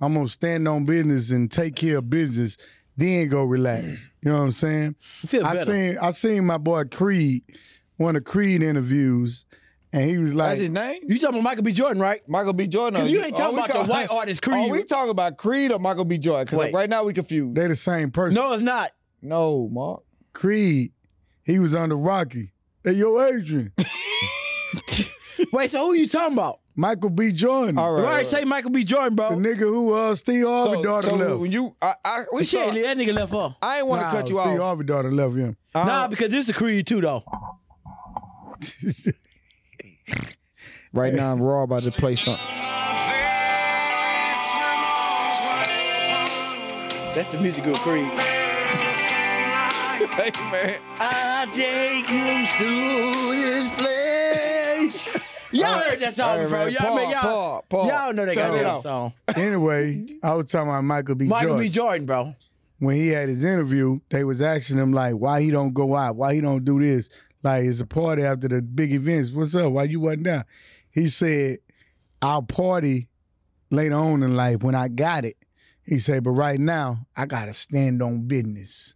I'm gonna stand on business and take care of business. Then go relax. You know what I'm saying?
Feel
I
better.
seen I seen my boy Creed, one of Creed interviews, and he was like,
That's his name?
You talking about Michael B. Jordan, right?
Michael B. Jordan.
Because
or
you ain't
are
talking
we
about
call-
the white artist Creed.
Are we talking about Creed or Michael B. Jordan? Because
Wait.
right now we confused.
they the same person.
no, it's not.
No, Mark.
Creed, he was on the Rocky. Hey, yo, Adrian,
Wait, so who you talking about?
Michael B. Jordan,
All
Right,
right. all right.
say Michael B. Jordan,
the
bro.
nigga who uh Steve
So-
Harvey daughter
so
left.
when you, I, I, we
Shit,
saw,
that nigga left her.
I ain't want to
Nah, uh,
cut you
Steve
off. Uh-huh.
Harvey daughter left him.
I
Nah,
don't-
because this is Creed too, though.
right now I'm raw about to play something.
That's the musical Creed.
Hey man,
I take him to this place. Y'all heard that song,
Hey,
bro.
man,
Y'all,
Paul,
man, y'all,
Paul, Paul.
y'all know they got
Turn it
that
off.
song.
anyway, I was talking about Michael B.
Michael
Jordan.
B. Jordan, bro.
when he had his interview, they was asking him like, why he don't go out, why he don't do this. Like it's a party after the big events. What's up? Why you wasn't there? He said, I'll party later on in life when I got it. He said, but right now I gotta stand on business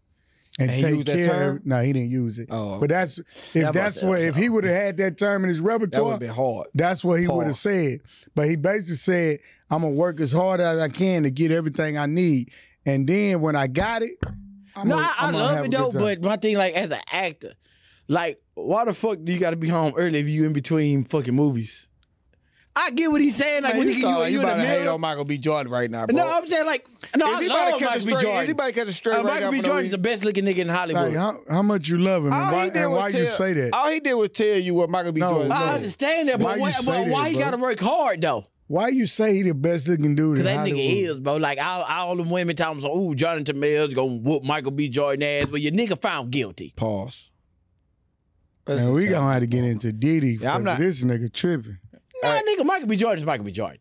and,
And he
take
used that
care.
term?
of- No, he didn't use it.
Oh,
but that's if
That
that's
must-
what if he would have had that term in his
that would have
repertoire,
been hard.
that's what he would have
Pause.
said. But he basically said, I'm gonna work as hard as I can to get everything I need. And then when I got it, I'm
No,
gonna-
I, I
I'm gonna
love
have a
it
good
though,
time.
but my thing, like, as an actor, like, why the fuck do you gotta be home early if you in between fucking movies? I get what he's saying, like,
Man,
when
you,
you, you,
sound
you,
like you
in
about
the
to hate
middle.
on Michael B. Jordan right now, bro.
No, I'm saying, like, no,
is
I
he about to
love
catch a
Michael B.
straight? Is he
Jordan.
about to catch a straight
Uh,
right
Michael
now
B.
for no
Jordan's the
reason?
best looking nigga in Hollywood.
like how, how much you love him
All
and
he
why,
did
and
was
why
tell,
you say that?
All he did was tell you what Michael B.
No,
Jordan.
no.
I
said.
understand that,
Why
but
you
why,
say
but
that,
why he
bro?
gotta work hard though?
Why you say he the best looking dude
Cause
in
that nigga
Hollywood?
is, bro. Like all, all them women talking, so, ooh, Jonathan Mills gonna whoop Michael B. Jordan ass, but your nigga found guilty.
Pause.
Man, we gonna have to get into Diddy.
Yeah, I'm
because
not-
This nigga tripping.
Nah,
Alright.
nigga, Michael B. Jordan is Michael B. Jordan.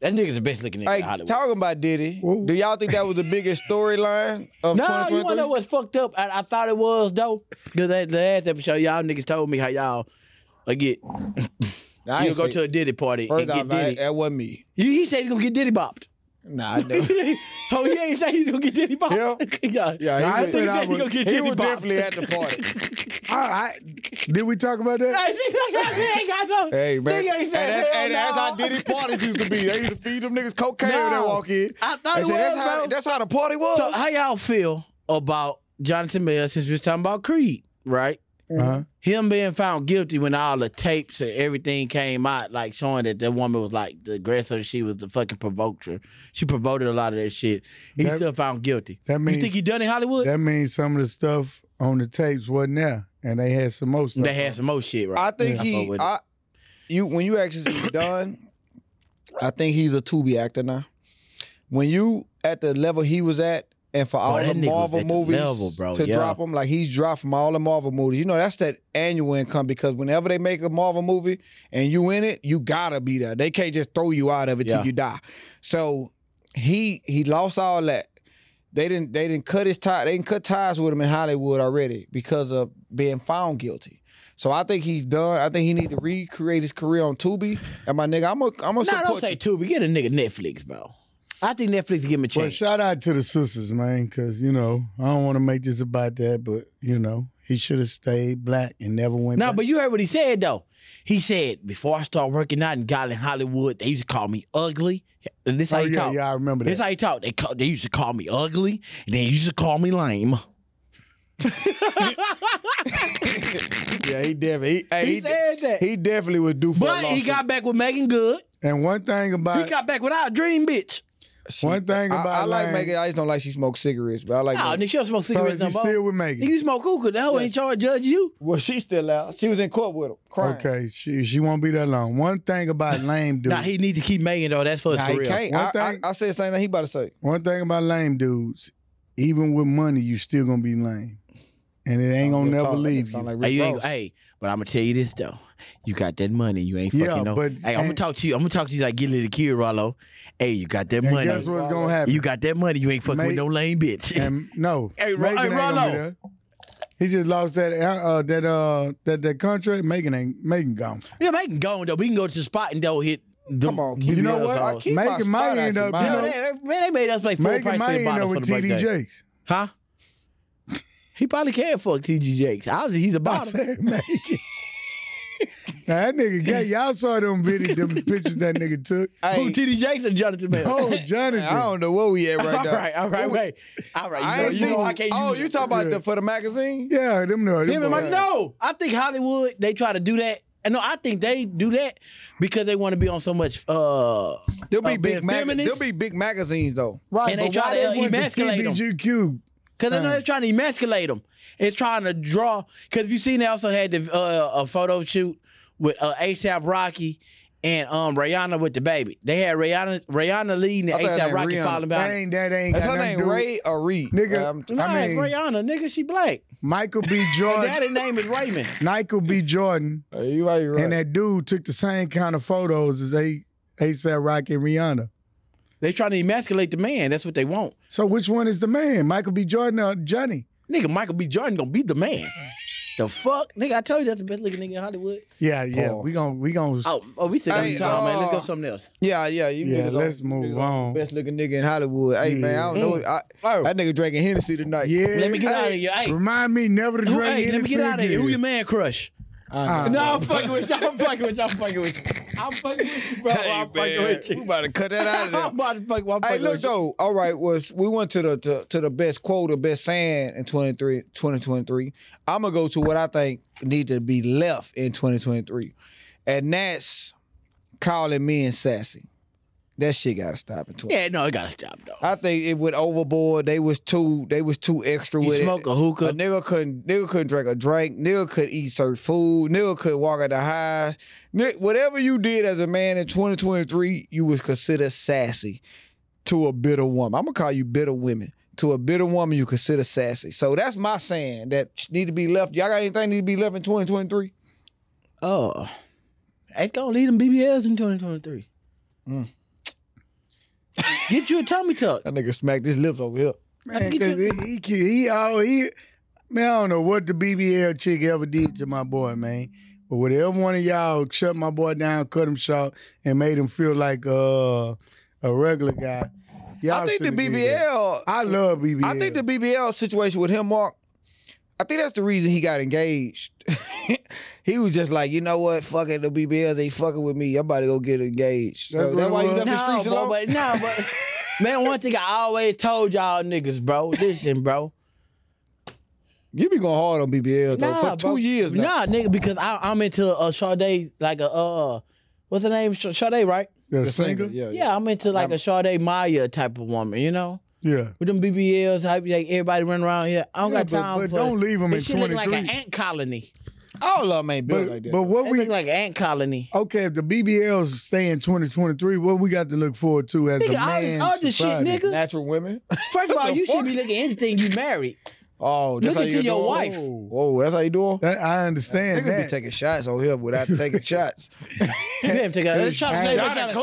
That nigga's the best looking nigga
Hey,
in Hollywood.
talking about Diddy,
Whoa.
do y'all think that was the biggest storyline of
No, you
2023?
wanna know what's fucked up? I, I thought it was though, because at the last episode, y'all niggas told me how y'all like get
I
you
ain't
go
say-
to a Diddy party and
First off,
get
I-
Diddy.
that wasn't me.
You- he said he's gonna get Diddy bopped.
Nah, I never.
so he ain't say he's gonna get Diddy bopped. yeah,
Yeah,
Nah, I
he was,
So
said
he said he
would-
gonna get
he
Diddy
was
bopped.
definitely at the party.
I, I, did we talk about that?
he ain't got no.
hey, man.
Nigga
And
ain't said
that's,
hell
and that's
no.
how Diddy parties used to be. They used to feed them niggas cocaine when they
No.
walk in.
I thought
They
it was.
said, that's, how,
bro.
that's how the party was.
so how y'all feel about Jonathan Mills since we was talking about Creed, right?
Uh-huh.
him being found guilty when all the tapes and everything came out, like showing that that woman was like the aggressor, she was the fucking provoker. She provoked a lot of that shit. He
That-
still found guilty.
That means
you think he done in Hollywood?
that means some of the stuff on the tapes wasn't there, and they had some more stuff.
they had some more shit, right?
I think
I fuck
he,
with it.
I, you when you actually done, I think he's a to be actor now. When you at the level he was at and for all
that
the
nigga was
Marvel
at the
movies
level, bro,
to
yeah.
drop them, like he's dropped from all the Marvel movies. You know, that's that annual income because whenever they make a Marvel movie and you in it, you gotta be there. They can't just throw you out of it
Yeah.
till you die. So he he lost all that. They didn't they didn't cut his tie. They didn't cut ties with him in Hollywood already because of being found guilty. So I think he's done. I think he need to recreate his career on Tubi. And my nigga, I'm gonna I'm gonna
Nah,
support
don't say
you.
Tubi. Get a nigga Netflix, bro. I think Netflix give him a
But
chance.
shout out to the sisters, man, because you know I don't want to make this about that, but you know he should have stayed black and never went.
Nah,
back.
but you heard what he said though. He said before I started working out and got in Hollywood, they used to call me ugly. And This how
oh,
he
yeah,
talk.
yeah, I remember
This
that.
how he talk. They call, they used to call me ugly, and they used to call me lame.
Yeah, he definitely he, hey,
He
he de-
said that.
he definitely was due for a
But he
lawsuit.
got back with Megan Good.
and one thing
He
about
got back with our dream bitch.
She-
One thing
I-
about
I, like
Lane-
Megan. I just don't like she smokes cigarettes, but I like.
Oh,
Megan.
nigga, she don't smoke
so
cigarettes
is
no
he still
more.
with
Nigga,
Megan?
you smoke hookah. That hoe ain't trying to judge you.
well, she's still out. She was in court with him, crying.
Okay, she she won't be that long. One thing about lame dude.
Nah, he need to keep Megan though. That's for his
Nah, he
career.
can't.
One
I,
thing-
I, I said the same thing he about to say.
One thing about lame dudes, even with money, you still gonna be lame, and it ain't gonna
Sound-
never
sound
leave you.
sound Like
Hey,
Rick
you ain't,
Ross.
hey, but I'm gonna tell you this though. You got that money. You ain't
Yeah,
fucking no.
but-
hey, I'm gonna
and-
talk to you. I'm gonna talk to you like get little kid, Rollo. Hey, you got that
and
money.
guess what's gonna happen?
You got that money. You ain't fucking
Mate-
with no lame bitch.
and no,
Hey, Ro-
Megan
hey,
ain't gonna be
Rollo.
there. He just lost that uh, that uh that that contract. Megan ain't Megan gone.
yeah, Megan gone though. We can go to the spot and they'll hit. Them
Come on,
BBLs
you know what?
hoes.
I keep my
Megan might
spot out
end
your
up,
mind.
you
Yeah,
know-
they, man, they made us play full
Megan
price
might
for the
end up
bottles for
with
the
TD
birthday.
Jakes.
Huh? He probably can fuck TG Jakes. Obviously, he's a
I
bottom.
said Megan. now that nigga gay. Y'all saw them video, them pictures that nigga took.
Who
Hey,
TD Jakes or Jonathan Mayer?
Oh,
I
Jonathan.
don't know where we at right
all
now.
right, all right,
Who we-
wait, all right. You
I
know,
ain't
you
seen.
know I can't
oh,
use
you talking about
Yeah.
the, for the magazine?
Yeah, them no.
Him and Mike, no, I think Hollywood they try to do that, and no, I think they do that because they want to be on so much. uh
There'll be
Uh,
big
being
mag-
feminist?
There'll be big magazines though.
Right,
And they
but
try
why
to, uh,
they went
emasculate 'em.
TBGQ?
Because I know
Uh.
they're trying to emasculate them. It's trying to draw. Because if you seen, they also had the, uh, a photo shoot with uh, ASAP Rocky and um Rihanna with the baby. They had Rihanna Rihanna leading
I
and
thought her
ASAP
name
Rocky
Rihanna.
following
That
behind.
ain't that ain't
Is
got
her
nothing to
name
do with-
Ray or Reed?
Nigga,
Um,
No,
I mean,
it's Rihanna, nigga. She black.
Michael B.
Her
Jordan.
daddy's name is Raymond.
Michael B. Jordan
uh, you right, you right.
and that dude took the same kind of photos as A ASAP Rocky and Rihanna.
They trying to emasculate the man. That's what they want.
So which one is the man, Michael B. Jordan or Johnny?
Nigga, Michael B. Jordan gonna be the man. the fuck, nigga! I told you that's the best looking nigga in Hollywood.
Yeah, yeah.
Pause.
We gon' we gon'
Oh, oh, we still got
Hey,
time, man. Let's go
uh,
something else.
yeah, yeah. You
yeah.
niggas
Let's
on- niggas
move
on.
on.
Best looking nigga in Hollywood. Hey man, I don't know. I,
Oh,
that nigga drinking Hennessy tonight.
Yeah.
let me get out of
Hey,
here. Hey,
Remind me never to
Who-
drink. Ah,
hey, let me get
Hennessy
out of here. Who
again.
your man crush?
I know.
No, I'm fucking with you. I'm fucking with you. I'm fucking with you. I'm fucking with you, bro.
Hey,
Oh, I'm fucking
man,
with
We
you.
about to cut that out of there.
I'm about to fuck. I'm
Hey,
fucking
look
with you.
though. All right, was we went to the to, to the best quote or best saying in 23, 2023. I'm gonna go to what I think need to be left in 2023, and that's calling men sassy. That shit gotta stop in 20.
Yeah, no, I gotta stop though.
I think it went overboard. They was too they was too extra
You
with it.
smoke a hookah.
A nigga couldn't nigga couldn't drink a drink. Nigga could eat certain food. Nigga could walk at the highs. Nigga, whatever you did as a man in 2023, you was considered sassy to a bitter woman. I'm gonna call you bitter women. To a bitter woman, you consider sassy. So that's my saying that need to be left. Y'all got anything need to be left in 2023?
Oh, it's gonna lead them BBLs in 2023.
Mm.
Get you a tummy tuck.
That nigga smacked his lips over here.
Man,
Get
cause he, he, ki- he, oh, he, man, I don't know what the BBL chick ever did to my boy, man. But whatever one of y'all shut my boy down, cut him short, and made him feel like uh, a regular guy. Y'all
I think the
shouldn't do that.
BBL.
I love BBL.
I think the BBL situation with him, Mark, I think that's the reason he got engaged. he was just like, you know what, fuck it, the BBLs ain't fucking with me. I'm about to go get engaged. So
That's
That's,
what it
why you left
was.
the
No,
streets
bro,
alone.
but no, but man, one thing I always told y'all niggas, bro. Listen, bro.
you be going hard on BBLs though
Nah,
for two
bro.
years now.
Nah, nigga, because I, I'm into uh, Sade, like a uh, what's her name? Sh- Sade, right?
the
The
singer.
singer, Yeah, yeah.
Yeah, I'm into like a Sade Maya type of woman, you know,
Yeah.
with them BBLs, how like everybody run around here. I don't
Yeah,
got time
but, but
for.
don't leave him in
This shit look
23.
like an ant colony.
All of them ain't built
But,
like that.
but what
They
we Oh,
look like an ant colony.
okay if the BBLs stay in 2023, what we got to look forward to as a
Nigga, all
man?
this other shit,
society?
nigga.
natural women.
First of all,
the
you
fuck?
should be looking at anything you married.
Oh, that's
Look
how
into
you
your
do it?
wife.
oh.
Whoa, that's how you do it.
That- I understand
Niggas be
that.
taking shots on here without taking shots.
You better take a shot.
Hey,
You
shot
better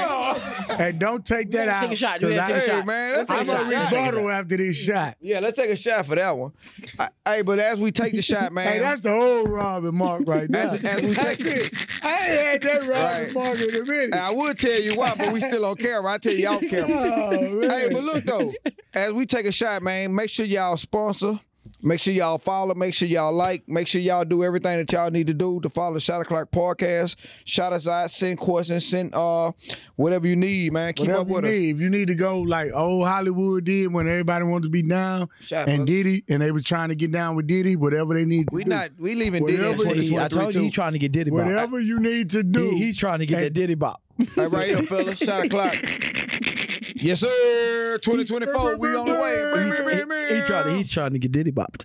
Oh.
Hey, don't take that out.
Take a shot. You
'cause
better
I-
take a
Hey,
shot.
man, let's
I'm
take
a
a shot.
rebuttal after this shot.
Yeah, let's take a shot for that one. I- Hey, but as we take the shot, man.
Hey, that's the old Robin Mark right now.
as, as we take it,
I ain't had that Robin
Right.
Mark in a minute.
and I would tell you why, but we still on camera. I tell you off camera.
Oh, man.
hey, but look though, as we take a shot, man, make sure y'all sponsor. Make sure y'all follow. Make sure y'all like. Make sure y'all do everything that y'all need to do to follow the Shot O'Clock podcast. Shout us out. Send questions. Send uh whatever you need, man. Keep
Whatever
up
you
with us.
need. If you need to go like old Hollywood did when everybody wanted to be down
Shot
and
us.
Diddy, and they was trying to get down with Diddy, whatever they need to
We
do.
not we leaving Diddy in
Whatever he- I
2023
I told you
too.
he's trying to get Diddy Bop.
whatever you need to do.
He- he's trying to get that Diddy Bop.
Hey, right here, fellas. Shot o'clock. Yes, sir. 2024. Oh, We on the
He,
way.
he, he trying to, he's trying to get Diddy Bopped.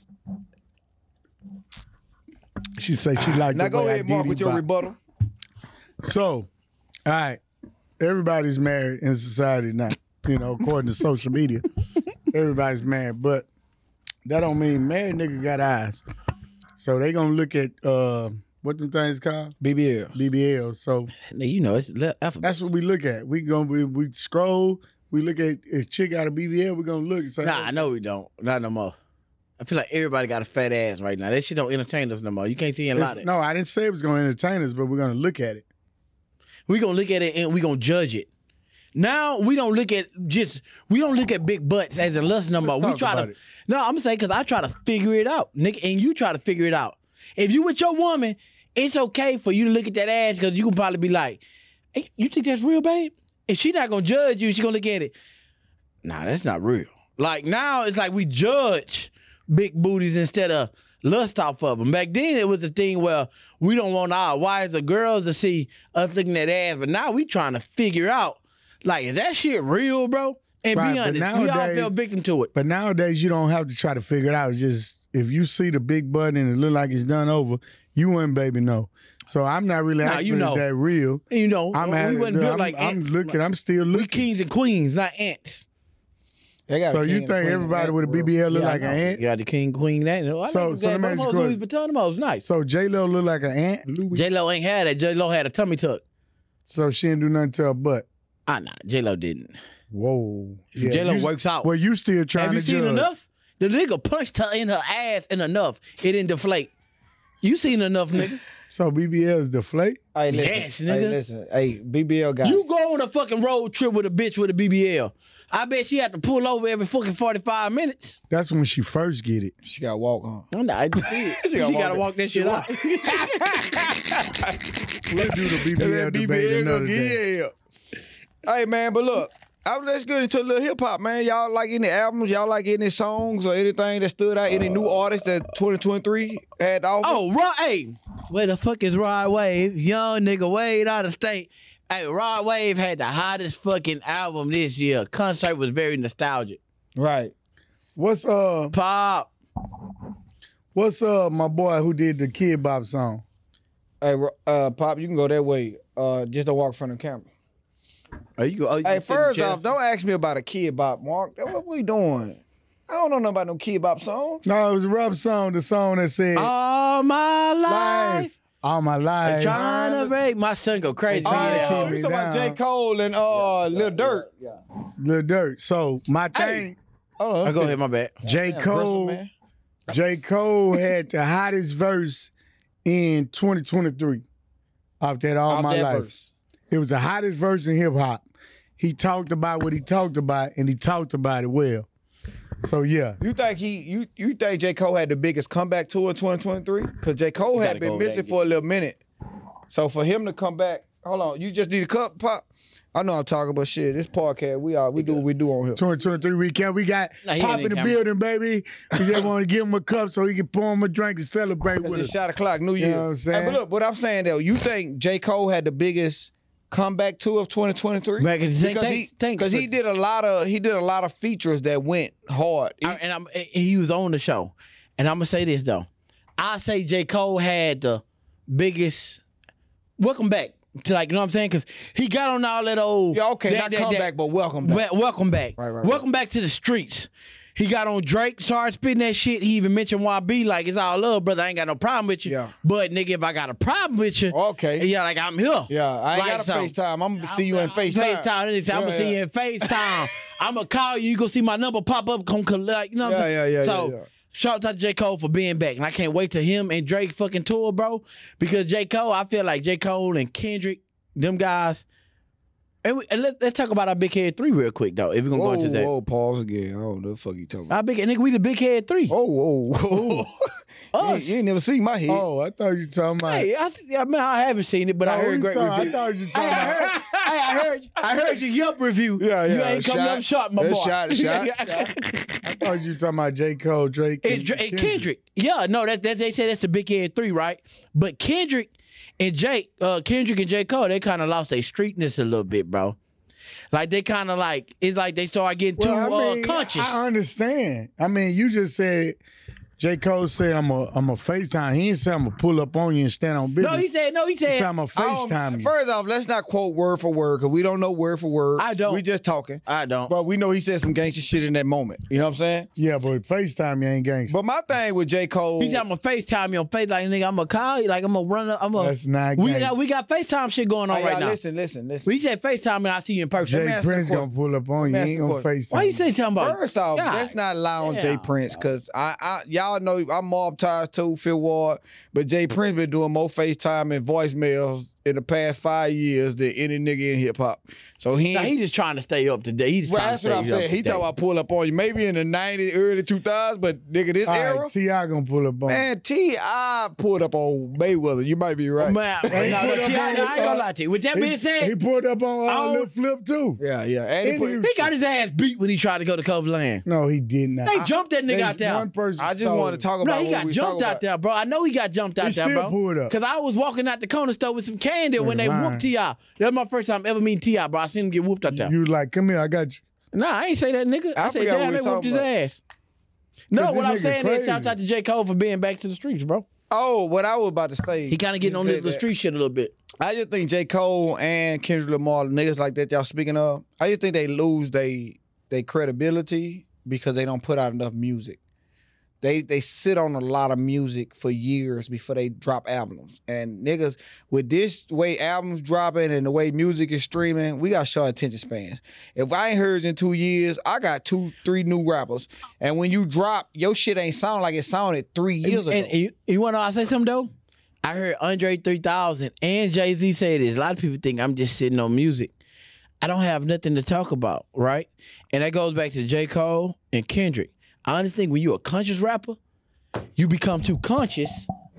she say she liked
Now
the
go
way I
ahead, Mark,
Diddy
with your
bop.
rebuttal.
So, all right, everybody's married in society now. You know, according to social media, everybody's married, but that don't mean married nigga got eyes. So they gonna look at uh, what them things called
BBL.
BBL. So
Nigga, you know, it's le- alphabet.
that's what we look at. We gonna we, we scroll. We look at if chick got a BBL, we gonna look. So
Nah, I know we don't. Not no more. I feel like everybody got a fat ass right now. That shit don't entertain us no more. You can't see a
It's-
lot of it.
no, I didn't say it was gonna entertain us, but we're gonna look at it.
We gonna look at it and we gonna judge it. Now we don't look at just we don't look at big butts as a lust no more. We
talk
try
about
to
it.
no. I'm saying because I try to figure it out, nigga, and you try to figure it out. If you with your woman, it's okay for you to look at that ass because you can probably be like, hey, "You think that's real, babe?" If she not gonna judge you, she gonna look at it. Nah, that's not real. Like now, it's like we judge big booties instead of lust off of them. Back then, it was a thing where we don't want our wives or girls to see us looking at ass, but now we trying to figure out, like, is that shit real, bro? And
Right,
be
but
honest, we all
nowadays-
fell victim to it.
But nowadays, you don't have to try to figure it out. It's Just if you see the big button and it look like it's done over, you and baby know. So I'm not really
Nah,
asking
you know.
is that real.
And, you know,
I'm
we
having-
wasn't built
I'm,
like
I'm
ants.
looking. I'm still
we
looking.
kings and queens, not ants.
So you think everybody with a BBL look
Yeah, I
like an
know.
ant?
Yeah, the king, queen, that. and- I
So-
like
so let
that.
me ask you
Those
a
Louis Vuitton, those nice.
So J Lo look like an ant.
J Lo ain't had it. J Lo had a tummy tuck.
So she didn't do nothing to her butt.
Ah, nah, J Lo didn't.
Whoa. Yeah,
J Lo
you-
works out.
Well, you still trying
Have you
to
seen
judge.
enough? The nigga punched her in her ass and enough. It didn't deflate. You seen enough, nigga.
So BBLs deflate.
Hey, listen.
Yes,
Hey,
nigga.
listen. Hey, BBL got
You go on a fucking road trip with a bitch with a BBL. I bet she had to pull over every fucking 45 minutes.
That's when she first get it.
She got walk on.
I'm not, Oh, I did. she
gotta
gotta
walk
walk that shit out.
We'll do the BBL debate
BBL
another
gonna get
day.
yeah. Hey man, but look, I, let's get into a little hip hop, man. Y'all like any albums? Y'all like any songs or anything that stood out? Any new artists that 2023 had to offer?
Oh, Rod, hey, where the fuck is Rod Wave? Young nigga Wade out of state. Hey, Rod Wave had the hottest fucking album this year. Concert was very nostalgic.
right.
What's uh
Pop.
what's uh my boy who did the Kid Bop song?
Hey, Ro- uh, Pop, you can go that way. Uh, just don't walk in front of the camera.
Are you go?
Hey, first off, don't ask me about a Kid Bop, Mark. What we doing? I don't know nothing about no Kid Bop song.
No, it was a rap song. The song that said
Oh. All my life.
life all my
They
life.
trying to break my son go crazy.
Oh,
trying to
yeah.
keep
you
me
talking about
down.
J. Cole and uh, Lil Durk.
Lil Dirt. So my
Hey.
thing,
Oh,
I go ahead, my bad.
J Cole. J Cole had the hottest verse in 2023 off that All My Life. It was the hottest verse in hip hop. He talked about what he talked about, and he talked about it well. So yeah,
You think he you you think J. Cole had the biggest comeback tour in 2023? Because J. Cole
gotta
had
go
been
with
missing
that,
for a little minute. So for him to come back, hold on, you just need a cup pop. I know I'm talking about shit. This podcast, we are we do what we do on here.
2023 recap. We got
Nah, he
Pop
ain't
in
in
the
camera.
building, baby. We just want to give him a cup so he can pour him a drink and celebrate
Because
with
it's
us.
shot o'clock, New Year.
know what I'm
Hey,
saying?
but look, what I'm saying though, you think J. Cole had the biggest comeback tour of 2023?
Right, 'cause thank-
because he,
thanks- thanks
'cause
for-
he did a lot of he did a lot of features that went hard. He-
I- and I'm and he was on the show, and I'm gonna say this though, I say J. Cole had the biggest welcome back. to, Like, you know what I'm saying? Because he got on all that old.
Yeah, okay,
that-
not
that-
come
that-
back, but welcome back.
Wel- welcome back.
Right, right, right.
welcome back to the streets. He got on Drake, started spitting that shit. He even mentioned YB, like, it's all love, brother. I ain't got no problem with you.
Yeah. Oh,
But, nigga, if I got a problem with you,
Okay.
yeah, like, I'm here.
Yeah, I ain't
Like
got a
so.
FaceTime. I'm gonna see you in FaceTime.
FaceTime. They say, I'm
Yeah,
gonna see
yeah.
you in FaceTime. I'm gonna call you. You gonna see my number pop up. Come collect. You know
Yeah,
what I'm saying?
yeah, yeah,
So
yeah, yeah.
shout out to J Cole for being back, and I can't wait to him and Drake fucking tour, bro. Because J Cole, I feel like J Cole and Kendrick, them guys. And, we, and let, let's talk about our Big Head Three real quick though. If we're gonna
Whoa,
go into that,
whoa, pause again. I don't know what the fuck you talking about.
our big nigga, we the Big Head Three.
Oh, whoa, whoa. you, ain't-
Us.
you ain't never seen my head.
Oh, I thought you were talking about.
Hey, I, s- yeah, man, I haven't seen it, but I
Oh,
heard
you
great
talking- I
reviews.
thought you were
Hey,
talking
I
about.
heard, hey, I heard, I heard your Yelp review.
Yeah,
You
yeah,
ain't coming
shot.
up short, my
Yeah,
boy.
shot, shot,
I thought you were talking about J. Cole, Drake,
and, Dra- and Kendrick. Yeah, no, that, that they say that's the big head three, right? But Kendrick and Jake, uh, Kendrick and J. Cole, they kind of lost their streetness a little bit, bro. Like they kind of like it's like they start getting too
Well, I mean,
uh, conscious.
I understand. I mean, you just said J. Cole said I'm a I'm a FaceTime. He didn't say I'm gonna pull up on you and stand on business.
no, he said. No, he
He
said. um,
said I'm gonna
I don't-
FaceTime you.
First off, let's not quote word for word because we don't know word for word.
I don't.
We just talking.
I don't.
But we know he said some gangster shit in that moment. You know what I'm saying?
Yeah, but FaceTime you ain't gangster.
But my thing with J. Cole.
He said I'm gonna FaceTime you on Face. Like nigga, I'm gonna call you. Like I'm gonna run up. I'm gonna.
That's not
We
gangsta.
got, we got FaceTime shit going on
Hey,
right
y'all,
now.
Listen, listen, listen.
We said FaceTime and I see you in person.
me
Jay
ask you a
Prince gonna
question.
pull up on you.
Let me ask
He ain't
you
gonna
a question.
FaceTime.
Why you say something about?
First off,
God.
let's not lie on Jay
damn,
Prince because I, I, y'all know I'm mob ties too, Phil Ward, but Jay Prince been doing more FaceTime and voicemails in the past five years than any nigga in hip hop. So he,
Nah,
ain't-
he just trying to stay up to date. He's
well,
trying
that's
to
what
stay
I'm
up
saying.
to
He talking
date.
about pull up on you, maybe in the '90s, early 2000s, but nigga, this
All
era,
right, T.I. gonna pull up on you.
man, T, I pulled up on Mayweather. You might be right.
Man, no,
He
no,
put up
T.I., I
on-
ain't gonna lie to you. With that
he,
being
he
said,
pulled up on
I
uh, Lil
don't-
Flip too.
Yeah, yeah. And he
And
put-
he-
he got his ass beat when he tried to go to Coverland.
No, he did not.
They jumped that nigga
There's
out there.
One person.
I just
stole
want to
it.
talk about.
No, he
what
got
we
jumped
talking
out there, bro. I know he got jumped out
He
there,
still
bro.
pulled up.
Cause I was walking out the corner store with some candy when they
lying.
whooped Ti. That was my first time ever meeting Ti, bro. I seen him get whooped out there.
You like, come here, I got you.
nah, I ain't say that nigga. I,
I
said,
forgot what
damn,
we
they whooped
talking
his
about.
ass. No, what
Cause this
I'm
nigga
saying is, shout
crazy.
out to J Cole for being back to the streets, bro.
Oh, what I was about to say.
He kind of getting
you
on
said
this little
that.
street shit a little bit.
I just think J. Cole and Kendrick Lamar, niggas like that y'all speaking of, I just think they lose they they credibility because they don't put out enough music. They they sit on a lot of music for years before they drop albums. And niggas, with this way albums dropping and the way music is streaming, we got short attention spans. If I ain't heard in two years, I got two, three new rappers. And when you drop, your shit ain't sound like it sounded three years
and,
ago.
and you, you want to know I say something though? I heard Andre 3000 and Jay Z say this. A lot of people think I'm just sitting on music. I don't have nothing to talk about, right? And that goes back to J. Cole and Kendrick. I honestly think when you're a conscious rapper, you become too conscious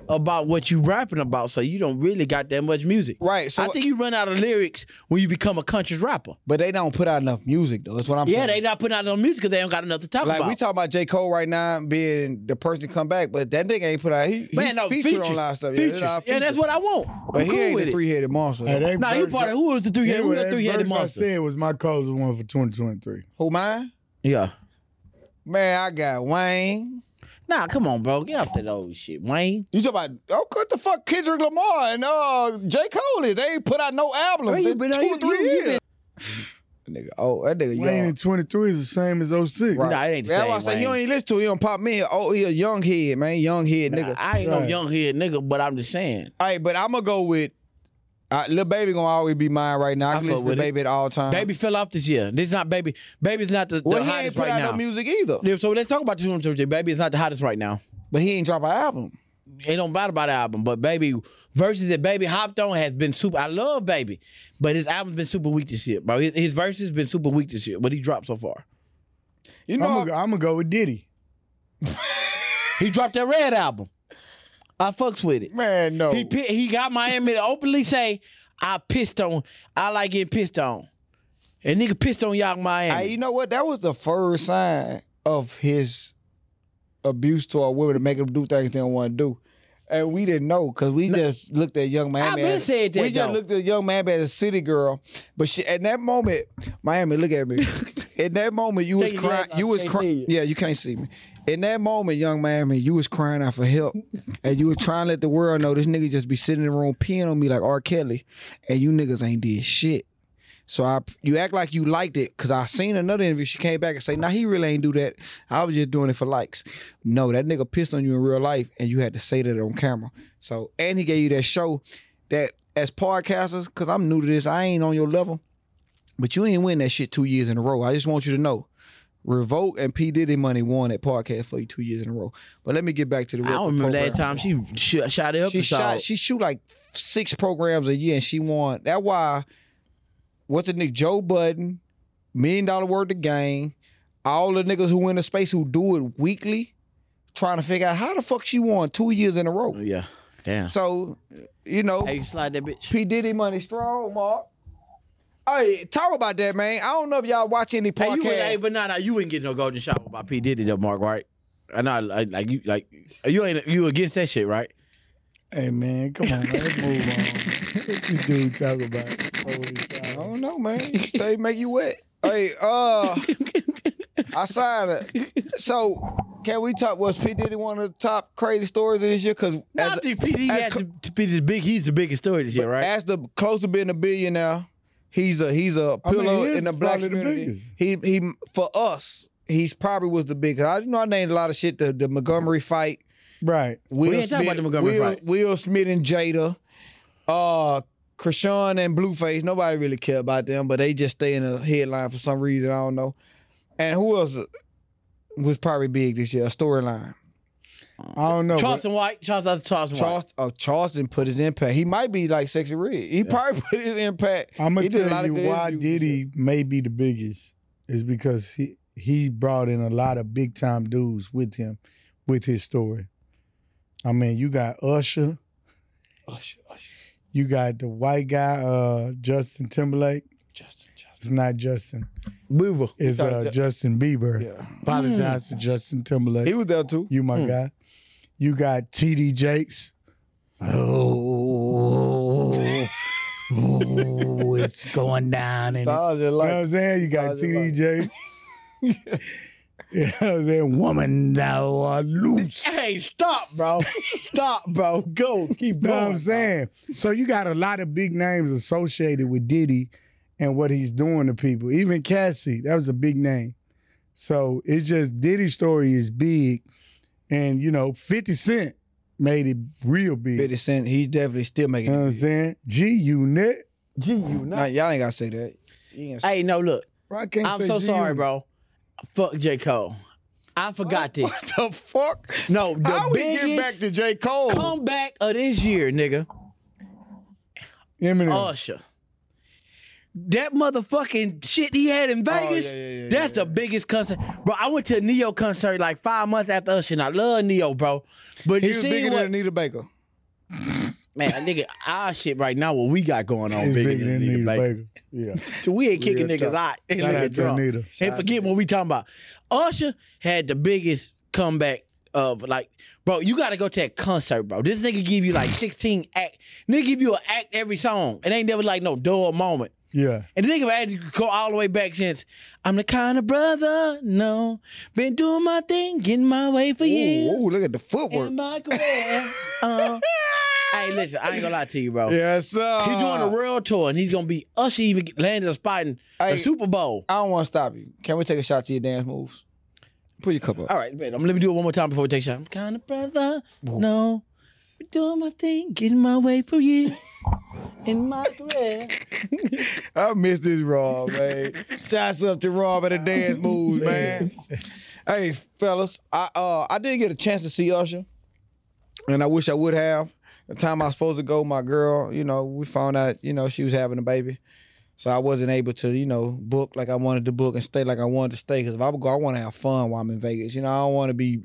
about what you rapping about, so you don't really got that much music.
right. So
I think you run out of lyrics when you become a conscious rapper.
but they don't put out enough music though. That's what I'm
yeah,
saying.
they not putting out no music because they don't got enough to talk
Like
about.
we talking about J. Cole right now being the person to come back, but that nigga ain't put out he, he
Man, no
featured
features,
on a lot of stuff.
Features.
Yeah, that's,
and that's what I want.
But
I'm
he
cool
ain't
with
the
it.
three headed monster.
Hey, that
Nah, you
verse-
part of who was the three
Yeah,
headed? Who was
that
the three
verse
headed
I
monster?
said was my coldest one for 2023.
Who mine?
Yeah.
Man, I got Wayne.
Nah, come on, bro. Get off that old shit, Wayne.
You talking about oh what the fuck Kendrick Lamar and uh J. Cole is. They ain't put out no album
Bro, you
in
been-
two
you-
or three
you- you
years. nigga, oh that nigga
Wayne
young.
in 23 is the same as 06.
Right.
Nah, it ain't the
That's
same,
why I say he
Wayne.
don't even listen to him. He don't pop me. in. Oh, he a young head, man. Young head nigga.
I ain't no
Right.
young head nigga, but I'm just saying.
All right, but I'm gonna go with uh, Lil Baby gonna always be mine right now. I,
I
can
fuck
listen to
with it.
Baby at all times.
Baby fell off this year. This is not baby. Baby's not the, the
well, he ain't
hottest
put
right
out
now.
no music either.
Yeah, so let's talk about 223. Baby is not the hottest right now.
But he ain't drop an album.
It don't matter about the album, but baby verses that baby hopped on has been super. I love baby, but his album's been super weak this year, bro. His, his verses been super weak this year. What he dropped so far?
You
I'm
know,
gonna go- I'm gonna go with Diddy.
He dropped that red album. I fucks with it.
man, no.
He pi- he got Miami to openly say, "I pissed on. I like getting pissed on." And nigga pissed on y'all Miami.
Hey, you know what? That was the first sign of his abuse toward women to make him do things they don't want to do. And we didn't know because we just looked at young Miami.
been
as-
said that,
We just
though.
looked at young Miami as a city girl. But she, at that moment, Miami, look at me. In that moment, you was
Take your
crying.
glasses off,
You was
can't see
crying.
you.
Yeah, you can't see me. In that moment, young man, I mean, you was crying out for help, and you were trying to let the world know this nigga just be sitting in the room peeing on me like R. Kelly, and you niggas ain't did shit. So I, you act like you liked it, cause I seen another interview. She came back and say, "Nah, he really ain't do that. I was just doing it for likes." No, that nigga pissed on you in real life, and you had to say that on camera. So, and he gave you that show that as podcasters, cause I'm new to this, I ain't on your level, but you ain't win that shit two years in a row. I just want you to know, Revolt and P Diddy money won that podcast for you two years in a row. But let me get back to the.
I
real
don't remember
program.
that time she sh- shot it up.
She
and
shot.
shot.
She shoot like six programs a year, and she won. That why. What's the nigga Joe Budden, million dollar word to game, all the niggas who win the space who do it weekly, trying to figure out how the fuck she won two years in a row.
Oh, yeah, damn.
So, you know,
Hey, you slide that bitch.
P Diddy money strong, Mark. Hey, talk about that, man. I don't know if y'all watch any
Hey, you
podcast.
wouldn't- hey, but nah, nah, you wouldn't get no golden shower by P Diddy though, Mark, right? I know, like, like you, like you ain't you against that shit, right?
Hey man, come on, man. let's move on. What this dude talk about?
I don't know, man. they make you wet. Hey, uh, I signed it. So, can we talk? Was P Diddy one of the top crazy stories of this year? Because
Nah, I
as,
think P Diddy
as
had
co-
to, to be the big. He's the biggest story this year, right?
as the close to being a billionaire, he's a he's a
I mean,
pillar
he is
in the black
probably the
community.
biggest.
he he for us, he's probably was the biggest. I know I named a lot of shit. The the Montgomery fight.
Right.
Will
We ain't talking about the Montgomery
Will,
fight.
Will Smith and Jada, uh, Krishan and Blueface. Nobody really care about them, but they just stay in the headline for some reason. I don't know. And who else was probably big this year? A storyline.
I don't know. but-
Charleston White, Charles out Charleston White.
Charles, oh, Charleston put his impact. He might be like Sexy Red. He probably put his impact.
I'm
He
gonna
did a
tell
lot of
you
good
why
interviews and
Diddy may be the biggest is because he he brought in a lot of big time dudes with him, with his story. I mean, you got Usher,
Usher, Usher,
you got the white guy, uh, Justin Timberlake.
Justin, Justin.
It's not Justin.
Boover.
It's
thought
uh,
Ju-
Justin Bieber.
Yeah,
Apologize to Justin Timberlake.
he was there too.
you my guy. You got TD Jakes. Oh, oh, it's going down in
Stars are
you know what
like
I'm saying? You got
Guys, it's like-
TDJ. You know what I'm saying? Woman thou art loose.
Hey, stop, bro. stop, bro. Go. Keep
You know what
going.
I'm saying? So you got a lot of big names associated with Diddy and what he's doing to people. Even Cassie, that was a big name. So it's just Diddy's story is big. And you know, 50 Cent made it real big.
50 Cent. He's definitely still
You
making.
know
Uh,
it
what I'm
big.
saying? G Unit.
Gee, you
Nah, y'all ain't gotta say that. You ain't gotta
Hey, no, look.
Bro, I can't
I'm
say
so
G
sorry,
Unit.
bro. Fuck J. Cole. I forgot this.
What the fuck?
No, the
How we
biggest
get back to J. Cole?
comeback of this year, nigga.
Eminem.
Usher. That motherfucking shit he had in
Oh, yeah,
Vegas.
yeah, yeah, yeah,
that's the biggest concert, bro. I went to a Neo concert like five months after Usher, and I love Neo, bro. But
he
you
was
see
bigger
what,
than Anita Baker.
man, nigga, our shit right now, what we got going on,
It's
bigger, than Nita Baker.
Yeah.
So we ain't kicking
real
niggas
talk.
out and
Shout
nigga
out to
drunk.
Anita.
And forget what we talking about. Usher had the biggest comeback of like, bro, you gotta go to that concert, bro. This nigga give you like 16 act. Nigga give you an act every song. It ain't never like no dull moment.
Yeah.
And the nigga had to go all the way back since I'm the kind of brother, no. Been doing my thing, getting my way for
Ooh,
years.
ooh, look at the footwork.
In my career. uh, hey, listen, I ain't gonna lie to you, bro.
Yes, sir.
He's doing a world tour and he's gonna be Usher even landed a spot in
Hey.
the Super Bowl.
I don't want to stop you. Can we take a shot to your dance moves? Put your cup up.
All right, man. I'm, let me do it one more time before we take a shot. I'm kind of brother. No, Been doing my thing, getting my way for you in my career.
I miss this Rob, man. Shots up to Rob at the dance moves, man. hey, fellas, I uh I didn't get a chance to see Usher, and I wish I would have. The time I was supposed to go, my girl, you know, we found out, you know, she was having a baby, so I wasn't able to, you know, book like I wanted to book and stay like I wanted to stay. Because if I would go, I want to have fun while I'm in Vegas. You know, I don't want to be.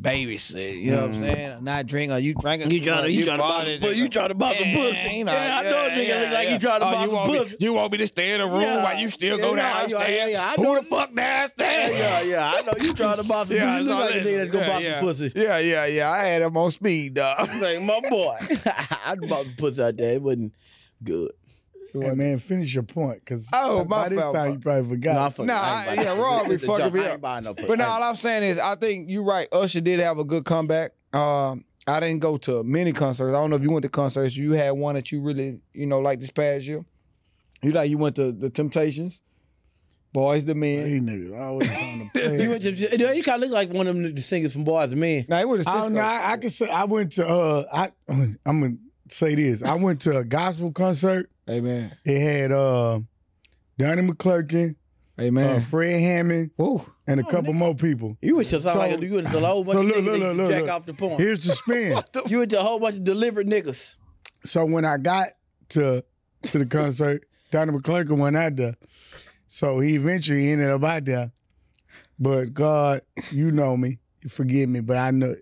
babysitting. you know what I'm saying? Or Not drinking. Or you drinking?
Mm. You trying to, you trying to, bop the,
bothered.
pussy, you trying to bop the pussy.
you know,
yeah, I know a nigga
yeah,
look like
yeah.
he trying to
Oh,
bop
you want
the
me-
pussy.
you want me to stay in the room
Yeah.
while you still
Yeah,
go
yeah,
downstairs?
yeah, yeah, I
Who
know.
the fuck downstairs?
Yeah, yeah, I know you trying to bop the pussy. You
so
look like a
listen,
nigga that's gonna
yeah,
bop
yeah.
the pussy.
Yeah, yeah, yeah. I had him on speed, dog.
Like my boy, I'd bop the pussy out there. It wasn't good.
Hey, man, finish your point, because
Oh, my
by this
fault,
time
bro.
you probably forgot.
Nah, I fuck-
Nah,
I ain't
I-
buying
yeah,
no-
Rob be
it's a
fucking
joke.
me
I ain't
up.
buying no pussy.
But now all I'm saying is, I think you're right. Usher did have a good comeback. Um, I didn't go to many concerts. I don't know if you went to concerts. You had one that you really, you know, like this past year. You like you went to the Temptations, Boys the Men.
These niggas always on the
You, went to- you, know, you kind of look like one of them the singers from Boys and Men.
Now it was a
I don't know.
Cisco.
I, I can say I went to. Uh, I I'm gonna say this. I went to a gospel concert.
Amen.
It had uh, Donnie McClurkin, uh,
Amen.
Fred Hammond,
Woo.
and a
Oh,
couple more people.
You went to sound
So-
like a, you went to a whole bunch
so
of
look,
niggas
look,
that
look,
you
look,
jack
look.
off the porn.
Here's the spin.
You went to a whole bunch of delivered niggas.
so when I got to to the concert, Donnie McClurkin went out there. So he eventually ended up out there. But God, you know me. Forgive me, but I know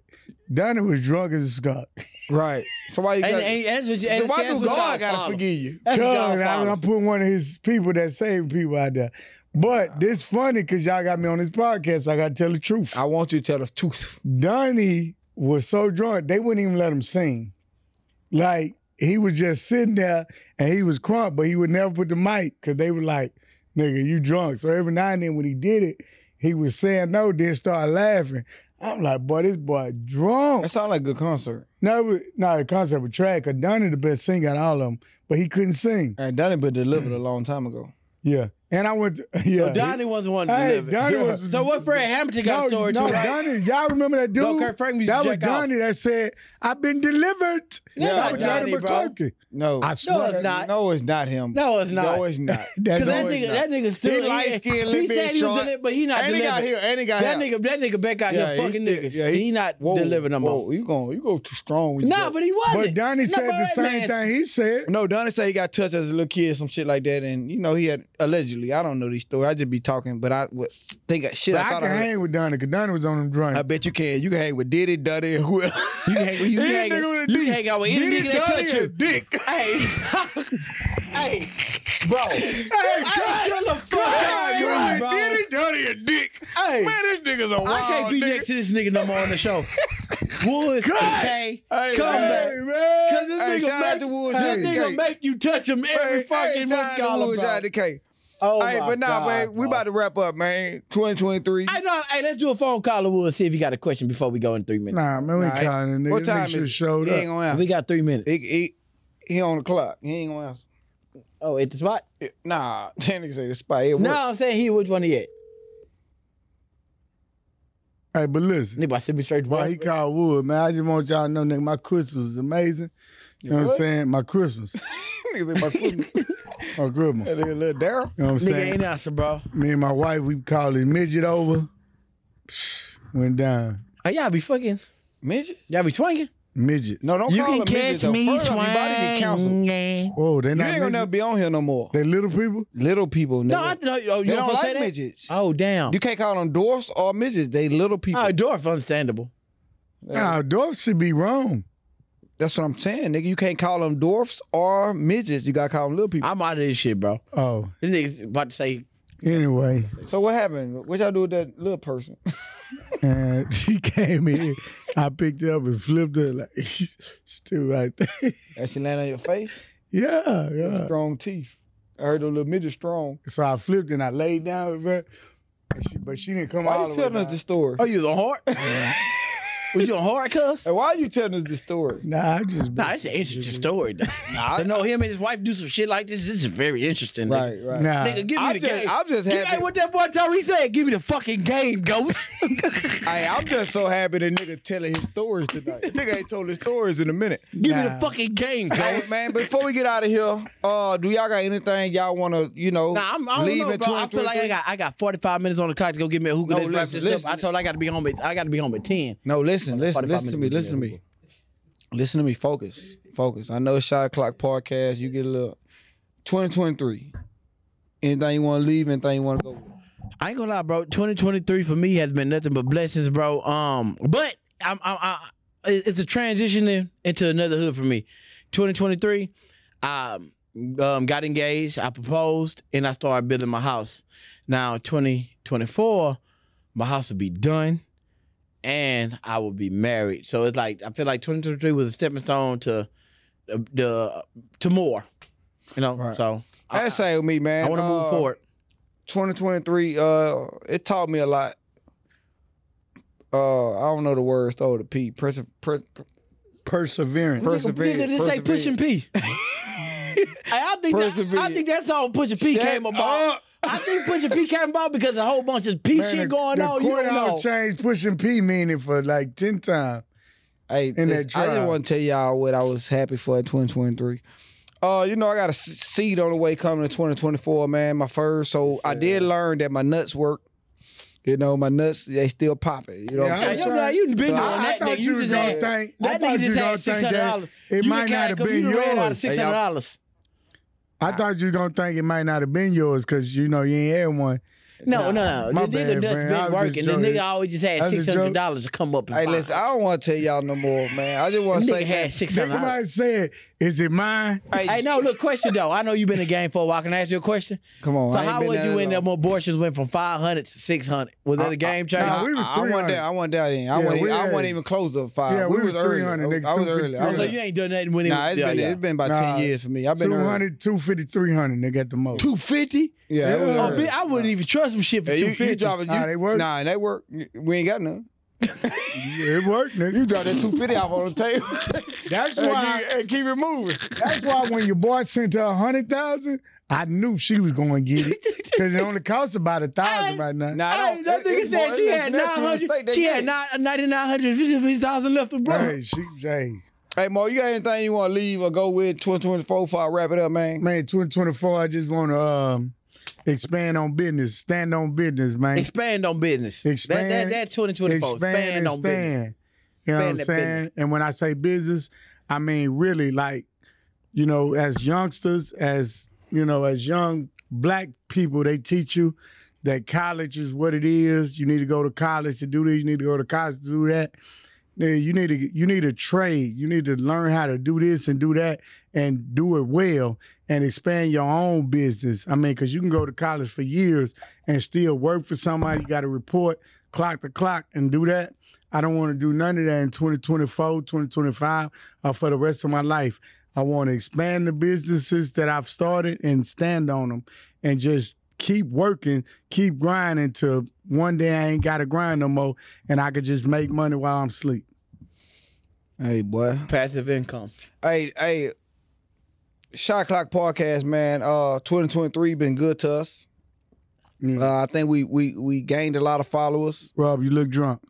Donnie was drunk as a skunk.
Right. So why you
And,
got?
and that's what you.
so
and
why
that's
do
what
God
God
gotta
follow.
forgive you?
That's what
God,
God
I, I
follow.
put one of his people that save people out there. But this funny because y'all got me on this podcast. I got to tell the truth.
I want you to tell us truth.
Donnie was so drunk they wouldn't even let him sing. Like he was just sitting there and he was crunk, but he would never put the mic because they were like, "Nigga, you drunk." So every now and then when he did it, he was saying no, then start laughing. I'm like, "Boy, this boy drunk."
That sounds like a good concert.
no, it was- no, the concept was track. 'cause Donnie the best singer out of all of them, but he couldn't sing.
And done it, but delivered a long time ago.
Yeah, and I went. To, yeah,
So Donnie wasn't one to
Hey,
deliver.
Donnie was.
So what Fred Hampton got
No,
a story
no,
too, right?
Donnie. Y'all remember that dude?
No, Kirk Franklin used to
that was
jack off.
Donnie that said, "I've been delivered."
Yeah,
That's
That
not
was Donnie
Donnie, bro.
McClurkin.
No,
I swear
it's
to-
not.
No, it's not him.
No, it's not.
No, it's not.
That,
Cause that
no,
it's
nigga,
not.
that nigga
He
still
light
he-
skinned,
He
little
said
bit
he was
short.
delivered, but he not
and he got
delivered.
here. And he got
That
here.
nigga, that nigga back out
Yeah,
here
he
fucking
still-
niggas.
yeah,
he,
he-
not
Whoa,
delivering no more.
whoa, You going you go too strong. With
Nah, but he wasn't.
but Donnie
No, but
said the
that
same
man-
thing he said.
no, Donnie said he got touched as a little kid, some shit like that, and you know he had allegedly. I don't know these stories. I just be talking, but I would think shit.
But
I
I
thought
can
I, heard. Uh,
hang with Donnie because Donnie was on the drum.
I bet you can. You can hang with Diddy, Duddy, and whoever.
You can hang, you can hang, you can hang out with any nigga that touch you.
dick.
Hey, hey, bro. Hey,
cut
shut the fuck up,
you
you,
ain't
bro.
did
Hey,
it.
Donnie a dick.
this nigga's a wild
I can't be next to this nigga no more on the show. Woods, okay,
Hey,
come
man.
back. Cause this
Hey,
nigga
shout out
make,
to Woods
this
Hey,
nigga
hey.
make you touch him every fucking month,
Hey,
bro.
out the cake.
Oh
hey,
my
but nah,
God,
man, we
bro.
about to wrap up, man. 2023.
I know. Hey, let's do a phone call and we'll see if you got a question before we go in three minutes.
Nah, man, we
Nah,
ain't calling him.
What
Nigga,
time
nigga
is
should
it?
have showed
He ain't
up.
gonna answer.
We got three minutes.
He, he, he on the clock. He ain't gonna answer.
Oh, at the spot?
It- Nah, that nigga say the spot. It
No,
work.
I'm saying he which one he at.
Hey, but listen,
Nigga, I sent me straight to
why he called Wood, man? I just want y'all to know, nigga, my Christmas was amazing. You know what I'm
What?
saying? My Christmas,
Nigga say my foot-
my Christmas.
That nigga little Daryl.
You know what I'm
Nigga
saying?
ain't answer, bro.
Me and my wife, we called his midget over. Went down.
Oh, y'all be fucking.
Midget?
Y'all be swinging.
Midget.
No, don't
You
call
can
him midget.
catch
though.
me
First off, you about to get canceled. You
swinging.
Whoa, they not
ain't gonna never
midget?
be on here no more.
They little people?
Little people, nigga.
No, I know. Oh, you
they don't
supposed to say
like
that?
midgets.
Oh, damn.
You can't call them dwarfs or midgets. They little people.
Oh, dwarf, understandable.
Nah, dwarfs should be wrong.
That's what I'm saying, nigga. You can't call them dwarfs or midgets. You gotta call them little people.
I'm out of this shit, bro.
Oh,
This nigga's about to say,
anyway,
so what happened? What y'all do with that little person?
and she came in. I picked her up and flipped her like she's still right there.
That shit land on your face.
Yeah, yeah.
Strong teeth. I heard the little midget strong.
So I flipped and I laid down with her, but she, but she didn't come
Why
all
you
the way
telling us
down.
this story?
oh, you was on hard? was you on hard, cuz?
Hey, why are you telling us this story?
Nah, I just
Nah, it's an interesting story. Though.
Nah,
to know him and his wife do some shit like this, this is very interesting. nigga.
Right, right.
nah.
Nigga, give me
I'm
the
just,
game.
I'm just
Give- hey,
happy.
what that boy Tyree said? Give me the fucking game, ghost. Give
Hey, I'm just so happy that nigga telling his stories tonight. nigga ain't told his stories in a minute.
me the
Nah.
fucking game,
Hey,
ghost.
man, before we get out of here, uh, do y'all got anything y'all want to, you know,
Nah, I'm, I don't
leave
know,
in
bro. I feel like
2023?
I got I got 45 minutes on the clock to go get me a hookah.
No,
Let's wrap
listen,
this
listen.
up. I told her I got to be home. At, I got to be home at 10.
No, listen, listen,
45
listen to me,
minutes
listen to
we
me, listen to me. Focus, focus. I know it's shot clock podcast. You get a little 2023. Anything you want to leave? Anything you want to go? With?
I ain't gonna lie, bro. 2023 for me has been nothing but blessings, bro. Um, but I'm, I'm I, it- it's a transition in- into another hood for me. 2023, I um, got engaged, I proposed, and I started building my house. Now 2024, my house will be done, and I will be married. So it's like I feel like 2023 was a stepping stone uh, to the, the to more. You know,
Right.
so I,
That's how me, man.
I want to move
Uh,
forward.
2023, uh, it taught me a lot. Uh, I don't know the words though. The P, pres- pres-
Perseverance.
Per- persevere,
Nigga, This ain't
persevere.
pushing P. Hey, I think that, I
Persevere.
think that song pushing P
Shut
came about. I think pushing P came about because a whole bunch of P shit going
the,
on.
The
You don't know.
courthouse changed pushing P meaning for like ten times.
Hey, this-
in that
I just
drive.
want to tell y'all what I was happy for in 2023. Uh, you know, I got a s- seed on the way coming to 2024, man. My first, so I did learn that my nuts work. You know, my nuts they still popping. You know, what I'm
Yeah,
Yeah,
saying?
you know, you been doing
I- I
that.
thought
nigga.
you
You
was
just
gonna
had
think- I
that
thought
nigga
you
just
was gonna
had
think
six
that
hundred dollars.
It might not have been
you done ran out of
yours.
six hundred dollars.
I thought you was gonna think it might not have been yours because you know you ain't had one.
No, no,
my
no. The nigga
bad,
nuts
friend. I
been
was
working.
just
The
joking.
nigga always just had
I was just
six hundred dollars to come up and
Hey, listen, I
buy.
don't want to tell y'all no more, man. I just want to
Nigga
say, man,
had six
Think
hundred dollars.
about it, said, is it mine?
hey,
Hey, no, look, question though. I know you've been in the game for a while. Can I ask you a question?
come on.
So
I ain't
how
been
was
there
you
that
when
long.
them abortions went from five hundred to six hundred? Was that
I-
a game
Nah,
changer?
Nah, we was
I, I wasn't
300.
down. I wasn't down. Then. I
Yeah,
wasn't.
we
I wasn't
had-
even close to five.
Yeah,
we,
we
was
was
early.
300, nigga,
I was early. I
Oh,
was
so
250.
you ain't done nothing when it
Nah,
was
it's
yeah,
been
yeah.
it's been about
Nah.
ten years for me. I've been uh, early.
200, 250, 300, nigga at the most.
250?
Yeah, it was
Yeah.
Oh,
early.
bitch, I wouldn't even trust some shit for
Yeah, you, you
250.
drop it. You,
Nah, they work.
Nah, they work. We ain't got none.
Yeah, it worked, nigga.
You drop that two fifty off on the table
That's
and,
why
keep, and keep it moving.
That's why when your boy sent her a hundred thousand, I knew she was going to get it because it only costs about a thousand
Hey,
right now.
Nah, I
Hey,
don't-
that
it-
nigga
it's
said
more-
she
it's
had
less than a
900.
mistake
She
they
had
get.
9,950,000 left to blow.
Hey, she, hey,
Hey, Mo, you got anything you want to leave or go with 2024 before I wrap it up, man?
man, twenty twenty four. I just want to um, expand on business, stand on business, man.
Expand on business. That-
Expand-
That, that, 2024. Expand,
expand and
on business.
stand. You know what I'm
Expand that
saying? And when I say business, I mean really like, you know, as youngsters, as you know, as young black people, they teach you that college is what it is. You need to go to college to do this. You need to go to college to do that. Nigga, You need to you need to trade. You need to learn how to do this and do that and do it well and expand your own business. I mean, because you can go to college for years and still work for somebody. You got to report clock to clock and do that. I don't want to do none of that in 2024, 2025, or uh, for the rest of my life. I want to expand the businesses that I've started and stand on them and just keep working, keep grinding till one day I ain't got to grind no more and I could just make money while I'm asleep.
Hey, boy.
Passive income.
Hey, hey, Shot Clock Podcast, man. Uh, 2023 been good to us.
Yeah.
Uh, I think we we we gained a lot of followers.
Rob, you look drunk.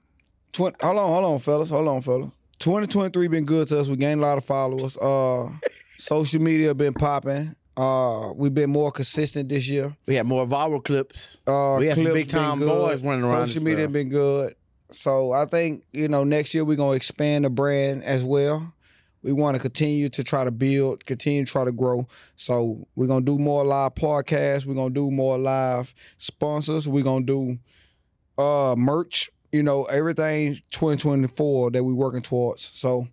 Twen- hold on, hold on, fellas. Hold on, fellas. 2023 been good to us. We gained a lot of followers. Uh, social media been popping. Uh, we've been more consistent this year.
We had more viral clips.
Uh,
We had some
Cliff's
big time
been good.
boys running around
Social
this
media
world.
been good. So I think you know next year we're gonna expand the brand as well. We want to continue to try to build, continue to try to grow. So we're gonna do more live podcasts. We're gonna do more live sponsors. We're gonna do uh merch. You know everything 2024 that we working towards. So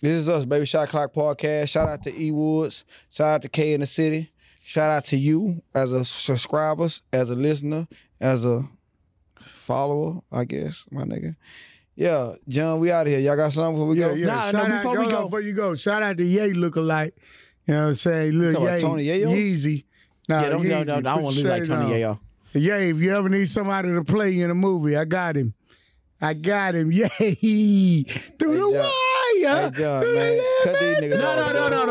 this is us, baby. Shot Clock Podcast. Shout out to E Woods. Shout out to K in the City. Shout out to you as a subscriber, as a listener, as a follower, I guess, my nigga. Yeah, John, we out of here. Y'all got something before we go?
Nah,
Shout
no,
out-
before we
hold on,
go-
before you go, shout out to Ye lookalike. You know what I'm saying? Look,
talking about
Ye,
Tony Yayo?
Yeezy. Nah,
yeah, don't,
Yeezy.
don't, don't, I don't want to look like
Put your
Tony
shade on.
Yayo.
Yeah, if you ever need somebody to play in a movie, I got him. I got him. Yay! Through the
John.
wire.
Hey, John,
Through the
man. Cut these
limit.
niggas
No,
off,
no, no,
bro.
no, no.